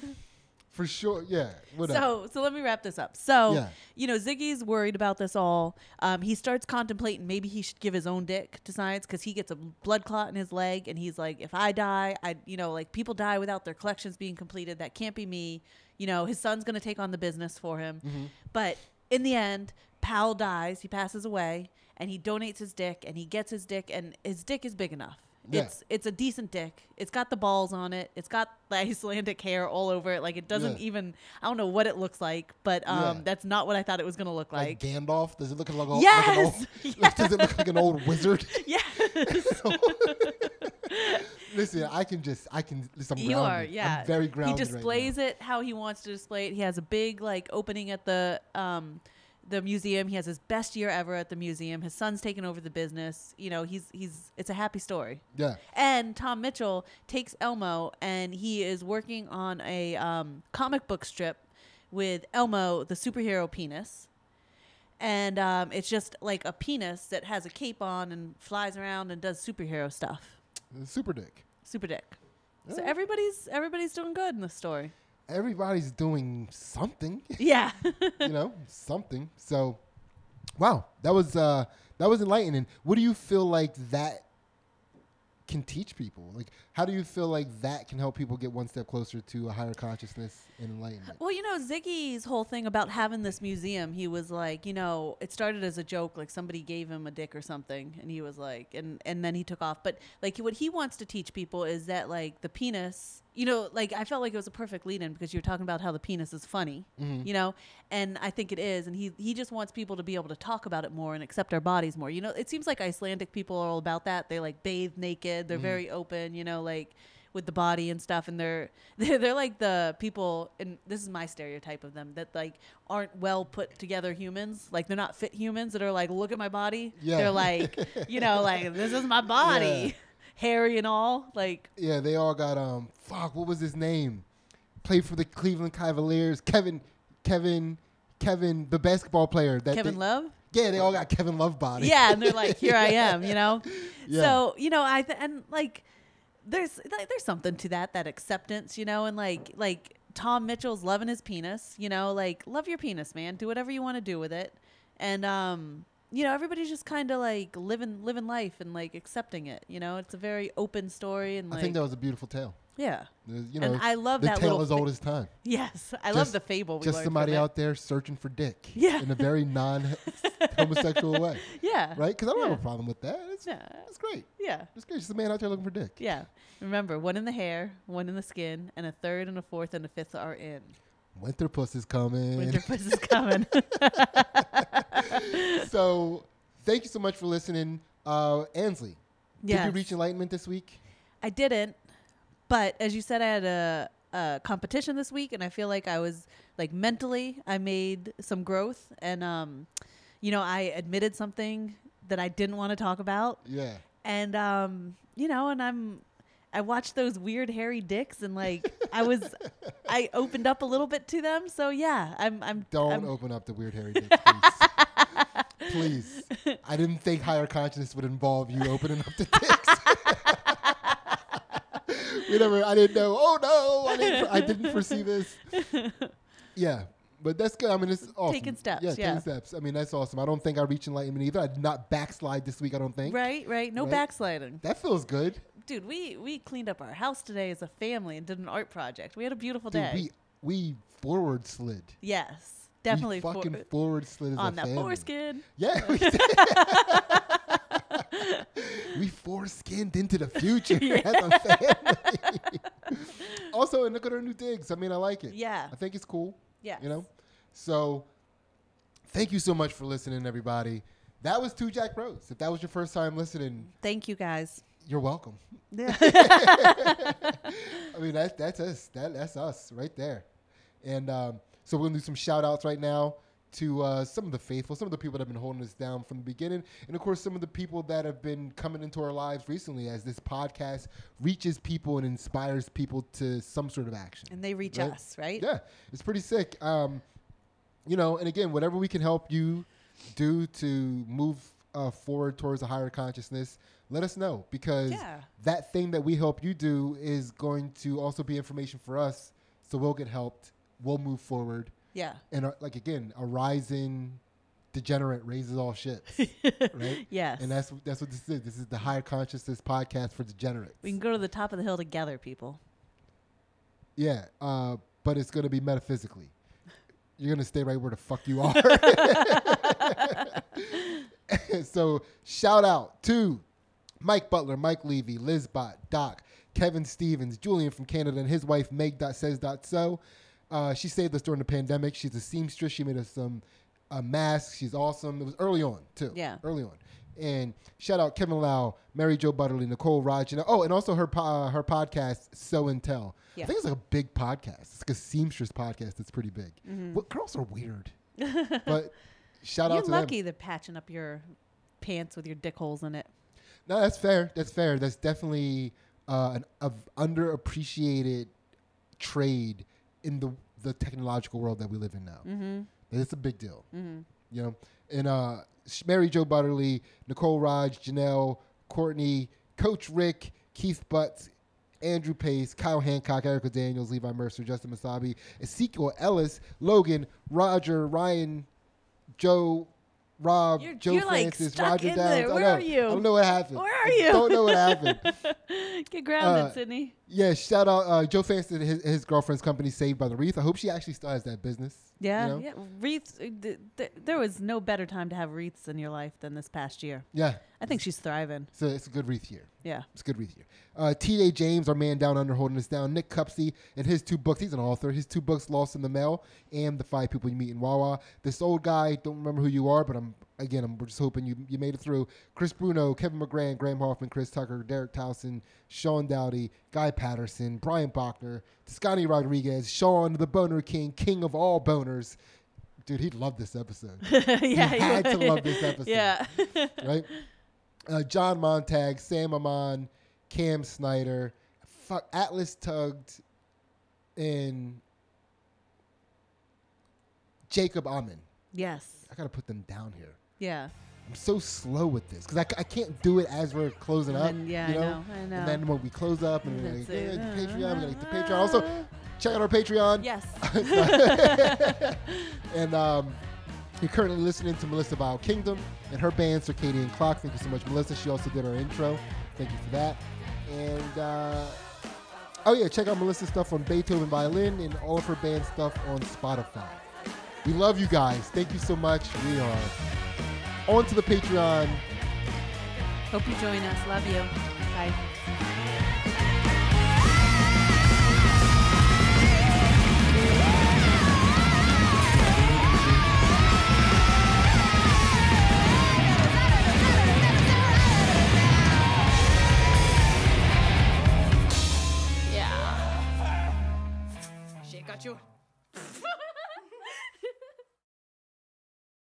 [SPEAKER 2] for sure. Yeah, whatever.
[SPEAKER 3] So, so let me wrap this up. So,
[SPEAKER 2] Yeah.
[SPEAKER 3] you know, Ziggy's worried about this all. Um, he starts contemplating maybe he should give his own dick to science because he gets a blood clot in his leg, and he's like, if I die, I, you know, like people die without their collections being completed. That can't be me. You know, his son's gonna take on the business for him.
[SPEAKER 2] Mm-hmm.
[SPEAKER 3] But in the end, Powell dies. He passes away, and he donates his dick, and he gets his dick, and his dick is big enough.
[SPEAKER 2] Yeah.
[SPEAKER 3] It's it's a decent dick. It's got the balls on it. It's got the Icelandic hair all over it. Like it doesn't
[SPEAKER 2] Yeah.
[SPEAKER 3] even I don't know what it looks like, but um
[SPEAKER 2] Yeah.
[SPEAKER 3] that's not what I thought it was gonna look
[SPEAKER 2] like
[SPEAKER 3] like.
[SPEAKER 2] Gandalf, does it look like, a, like an
[SPEAKER 3] Yes!
[SPEAKER 2] old? like, does it look like an old wizard?
[SPEAKER 3] yeah.
[SPEAKER 2] Listen, I can just, I can. Listen, I'm
[SPEAKER 3] you
[SPEAKER 2] grounded.
[SPEAKER 3] are, yeah.
[SPEAKER 2] I'm very grounded.
[SPEAKER 3] He
[SPEAKER 2] right now.
[SPEAKER 3] displays it how he wants to display it. He has a big like opening at the um the museum. He has his best year ever at the museum. His son's taken over the business. You know, he's he's it's a happy story.
[SPEAKER 2] Yeah.
[SPEAKER 3] And Tom Mitchell takes Elmo and he is working on a um, comic book strip with Elmo, the superhero penis. And um, it's just like a penis that has a cape on and flies around and does superhero stuff.
[SPEAKER 2] Super dick.
[SPEAKER 3] Super dick. So
[SPEAKER 2] Yeah.
[SPEAKER 3] everybody's everybody's doing good in this story.
[SPEAKER 2] Everybody's doing something,
[SPEAKER 3] Yeah.
[SPEAKER 2] you know, something. So, wow, that was uh, that was enlightening. What do you feel like that can teach people? Like, how do you feel like that can help people get one step closer to a higher consciousness and enlightenment?
[SPEAKER 3] Well, you know, Ziggy's whole thing about having this museum, he was like, you know, it started as a joke, like somebody gave him a dick or something, and he was like, and and then he took off. But like, what he wants to teach people is that like the penis, you know, like I felt like it was a perfect lead-in because you were talking about how the penis is funny, you know, and I think it is, and he he just wants people to be able to talk about it more and accept our bodies more. You know, it seems like Icelandic people are all about that. They like bathe naked, they're very open, you know, like with the body and stuff and they're they're, they're like the people and this is my stereotype of them that like aren't well put together humans like they're not fit humans that are like look at my body
[SPEAKER 2] Yeah.
[SPEAKER 3] they're like you know like this is my body hairy and all like
[SPEAKER 2] Yeah, they all got um, fuck, what was his name? Played for the Cleveland Cavaliers, Kevin, Kevin, Kevin, the basketball player. That
[SPEAKER 3] Kevin
[SPEAKER 2] they-
[SPEAKER 3] Love
[SPEAKER 2] Yeah, they all got Kevin Love body.
[SPEAKER 3] yeah and they're like here I am you know
[SPEAKER 2] Yeah.
[SPEAKER 3] so you know I th- and like there's like, there's something to that that acceptance you know and like like Tom Mitchell's loving his penis you know like love your penis man do whatever you want to do with it and um you know everybody's just kind of like living living life and like accepting it you know it's a very open story and
[SPEAKER 2] I
[SPEAKER 3] like
[SPEAKER 2] think that was a beautiful tale.
[SPEAKER 3] yeah
[SPEAKER 2] There's- You know,
[SPEAKER 3] And I love
[SPEAKER 2] the
[SPEAKER 3] that
[SPEAKER 2] tale
[SPEAKER 3] little
[SPEAKER 2] as old as time.
[SPEAKER 3] yes I love
[SPEAKER 2] Just-
[SPEAKER 3] the fable we learned
[SPEAKER 2] Just
[SPEAKER 3] from
[SPEAKER 2] somebody
[SPEAKER 3] it.
[SPEAKER 2] out there searching for dick.
[SPEAKER 3] Yeah.
[SPEAKER 2] In a very non homosexual way.
[SPEAKER 3] yeah
[SPEAKER 2] Right? Because I don't
[SPEAKER 3] Yeah.
[SPEAKER 2] have a problem with that. It's,
[SPEAKER 3] yeah
[SPEAKER 2] it's great.
[SPEAKER 3] yeah
[SPEAKER 2] It's great. Just a man out there looking for dick.
[SPEAKER 3] yeah remember one in the hair one in the skin and a third and a fourth and a fifth are in
[SPEAKER 2] Winter puss is coming.
[SPEAKER 3] Winter Puss is coming.
[SPEAKER 2] so thank you so much for listening. Uh, Ansley, did you
[SPEAKER 3] Yes.
[SPEAKER 2] reach enlightenment this week?
[SPEAKER 3] I didn't, but as you said, I had a, a competition this week, and I feel like I was like mentally, I made some growth, and um, you know, I admitted something that I didn't want to talk about,
[SPEAKER 2] Yeah.
[SPEAKER 3] and um, you know, and I'm. I watched those weird hairy dicks and like I was I opened up a little bit to them. So yeah, I'm I'm
[SPEAKER 2] Don't
[SPEAKER 3] I'm-
[SPEAKER 2] open up the weird hairy dick, please. please. I didn't think higher consciousness would involve you opening up the dicks. we never. I didn't know. Oh no! I didn't. I didn't foresee this. Yeah, but that's good. I mean, it's awesome.
[SPEAKER 3] Taking steps, yeah.
[SPEAKER 2] taking steps. I mean, that's awesome. I don't think I reached enlightenment either. I did not backslide this week. I don't think.
[SPEAKER 3] right, right. No
[SPEAKER 2] Right.
[SPEAKER 3] backsliding.
[SPEAKER 2] That feels good.
[SPEAKER 3] Dude, we we cleaned up our house today as a family and did an art project. We had a beautiful
[SPEAKER 2] Dude,
[SPEAKER 3] day.
[SPEAKER 2] we we forward slid.
[SPEAKER 3] Yes, definitely
[SPEAKER 2] we
[SPEAKER 3] for,
[SPEAKER 2] fucking forward slid as
[SPEAKER 3] on
[SPEAKER 2] a
[SPEAKER 3] that
[SPEAKER 2] family.
[SPEAKER 3] foreskin.
[SPEAKER 2] Yeah, we did. we foreskinned into the future as a family. also, and look at our new digs. I mean, I like it.
[SPEAKER 3] Yeah.
[SPEAKER 2] I think it's cool.
[SPEAKER 3] Yes.
[SPEAKER 2] You know? So, thank you so much for listening, everybody. That was Two Jack Bros. If that was your first time listening,
[SPEAKER 3] Thank you guys.
[SPEAKER 2] you're welcome.
[SPEAKER 3] Yeah.
[SPEAKER 2] I mean, that, that's us. That, that's us right there. And um, so we're going to do some shout outs right now to uh, some of the faithful, some of the people that have been holding us down from the beginning. And of course, some of the people that have been coming into our lives recently as this podcast reaches people and inspires people to some sort of action.
[SPEAKER 3] and they reach
[SPEAKER 2] Right.
[SPEAKER 3] us, right?
[SPEAKER 2] Yeah, it's pretty sick. Um, you know, and again, whatever we can help you do to move uh, forward towards a higher consciousness, let us know because
[SPEAKER 3] Yeah.
[SPEAKER 2] that thing that we help you do is going to also be information for us. So we'll get helped. We'll move forward.
[SPEAKER 3] Yeah.
[SPEAKER 2] And uh, like again, a rising degenerate raises all shit, right?
[SPEAKER 3] Yes.
[SPEAKER 2] And that's that's what this is. This is the higher consciousness podcast for degenerates.
[SPEAKER 3] we can go to the top of the hill together, people.
[SPEAKER 2] Yeah, uh, but it's going to be metaphysically. You're going to stay right where the fuck you are. so shout out to Mike Butler, Mike Levy, Lizbot, Doc, Kevin Stevens, Julian from Canada, and his wife Meg. dot Says. dot So, uh, she saved us during the pandemic. She's a seamstress. She made us some uh, masks. She's awesome. It was early on too.
[SPEAKER 3] Yeah.
[SPEAKER 2] early on. And shout out Kevin Lau, Mary Jo Butterly, Nicole Rajana. Oh, and also her po- uh, her podcast So and Tell.
[SPEAKER 3] Yeah.
[SPEAKER 2] I think it's like a big podcast. It's like a seamstress podcast that's pretty big. What girls are weird, but shout
[SPEAKER 3] Mm-hmm. You're
[SPEAKER 2] out to them.
[SPEAKER 3] lucky they're patching up your pants with your dick holes in it.
[SPEAKER 2] No, that's fair. That's fair. That's definitely uh, an of underappreciated trade in the the technological world that we live in now. Mm-hmm. It's a big deal. Mm-hmm. You know, and uh, Sh- Mary Jo Butterly, Nicole Raj, Janelle, Courtney, Coach Rick, Keith Butts, Andrew Pace, Kyle Hancock, Erica Daniels, Levi Mercer, Justin Masabi, Ezekiel Ellis, Logan, Roger, Ryan, Joe, Rob,
[SPEAKER 3] You're-
[SPEAKER 2] Joe
[SPEAKER 3] you're, like,
[SPEAKER 2] Francis,
[SPEAKER 3] stuck
[SPEAKER 2] Roger
[SPEAKER 3] in
[SPEAKER 2] Downs.
[SPEAKER 3] there.
[SPEAKER 2] I
[SPEAKER 3] Where
[SPEAKER 2] know.
[SPEAKER 3] are you?
[SPEAKER 2] I don't know what happened.
[SPEAKER 3] Where are
[SPEAKER 2] I
[SPEAKER 3] you?
[SPEAKER 2] Don't know what happened.
[SPEAKER 3] Get grounded,
[SPEAKER 2] Uh,
[SPEAKER 3] Sydney.
[SPEAKER 2] yeah, shout out uh, Joe Fancy and his, his girlfriend's company, Saved by the Wreath. I hope she actually still has that business. you
[SPEAKER 3] Yeah,
[SPEAKER 2] know?
[SPEAKER 3] yeah. Wreaths. uh, Th- th- there was no better time to have wreaths in your life than this past year.
[SPEAKER 2] yeah.
[SPEAKER 3] I think she's thriving.
[SPEAKER 2] So it's a good wreath year.
[SPEAKER 3] Yeah.
[SPEAKER 2] It's a good wreath year. Uh, T.J. James, our man down under, holding us down. Nick Cupsey and his two books. He's an author. His two books, Lost in the Mail and The Five People You Meet in Wawa. This old guy, don't remember who you are, but I'm again, I'm just hoping you, you made it through. Chris Bruno, Kevin McGran, Graham Hoffman, Chris Tucker, Derek Towson, Sean Dowdy, Guy Patterson, Brian Bachner, Scotty Rodriguez, Sean, the Boner King, King of all boners. Dude, he'd love this episode.
[SPEAKER 3] yeah.
[SPEAKER 2] he
[SPEAKER 3] you-
[SPEAKER 2] had to love this episode
[SPEAKER 3] Yeah.
[SPEAKER 2] right? Uh, John Montag, Sam Amon, Cam Snyder, fuck Atlas Tugged, and Jacob Amon.
[SPEAKER 3] yes.
[SPEAKER 2] I gotta put them down here.
[SPEAKER 3] Yeah.
[SPEAKER 2] I'm so slow with this because I, c- I can't do it as we're closing up.
[SPEAKER 3] And yeah,
[SPEAKER 2] you know?
[SPEAKER 3] I know. I know.
[SPEAKER 2] And then when we close up, and we're like,
[SPEAKER 3] That's it.
[SPEAKER 2] eh, Patreon, we gotta get the Patreon. Also, check out our Patreon.
[SPEAKER 3] yes.
[SPEAKER 2] And um, you're currently listening to Melissa Vile Kingdom and her band Circadian Clock. Thank you so much, Melissa. She also did our intro. Thank you for that. And uh, oh yeah, check out Melissa's stuff on Beethoven Violin and all of her band stuff on Spotify. We love you guys. Thank you so much. We are on to the Patreon.
[SPEAKER 3] Hope you join us. Love you. Bye.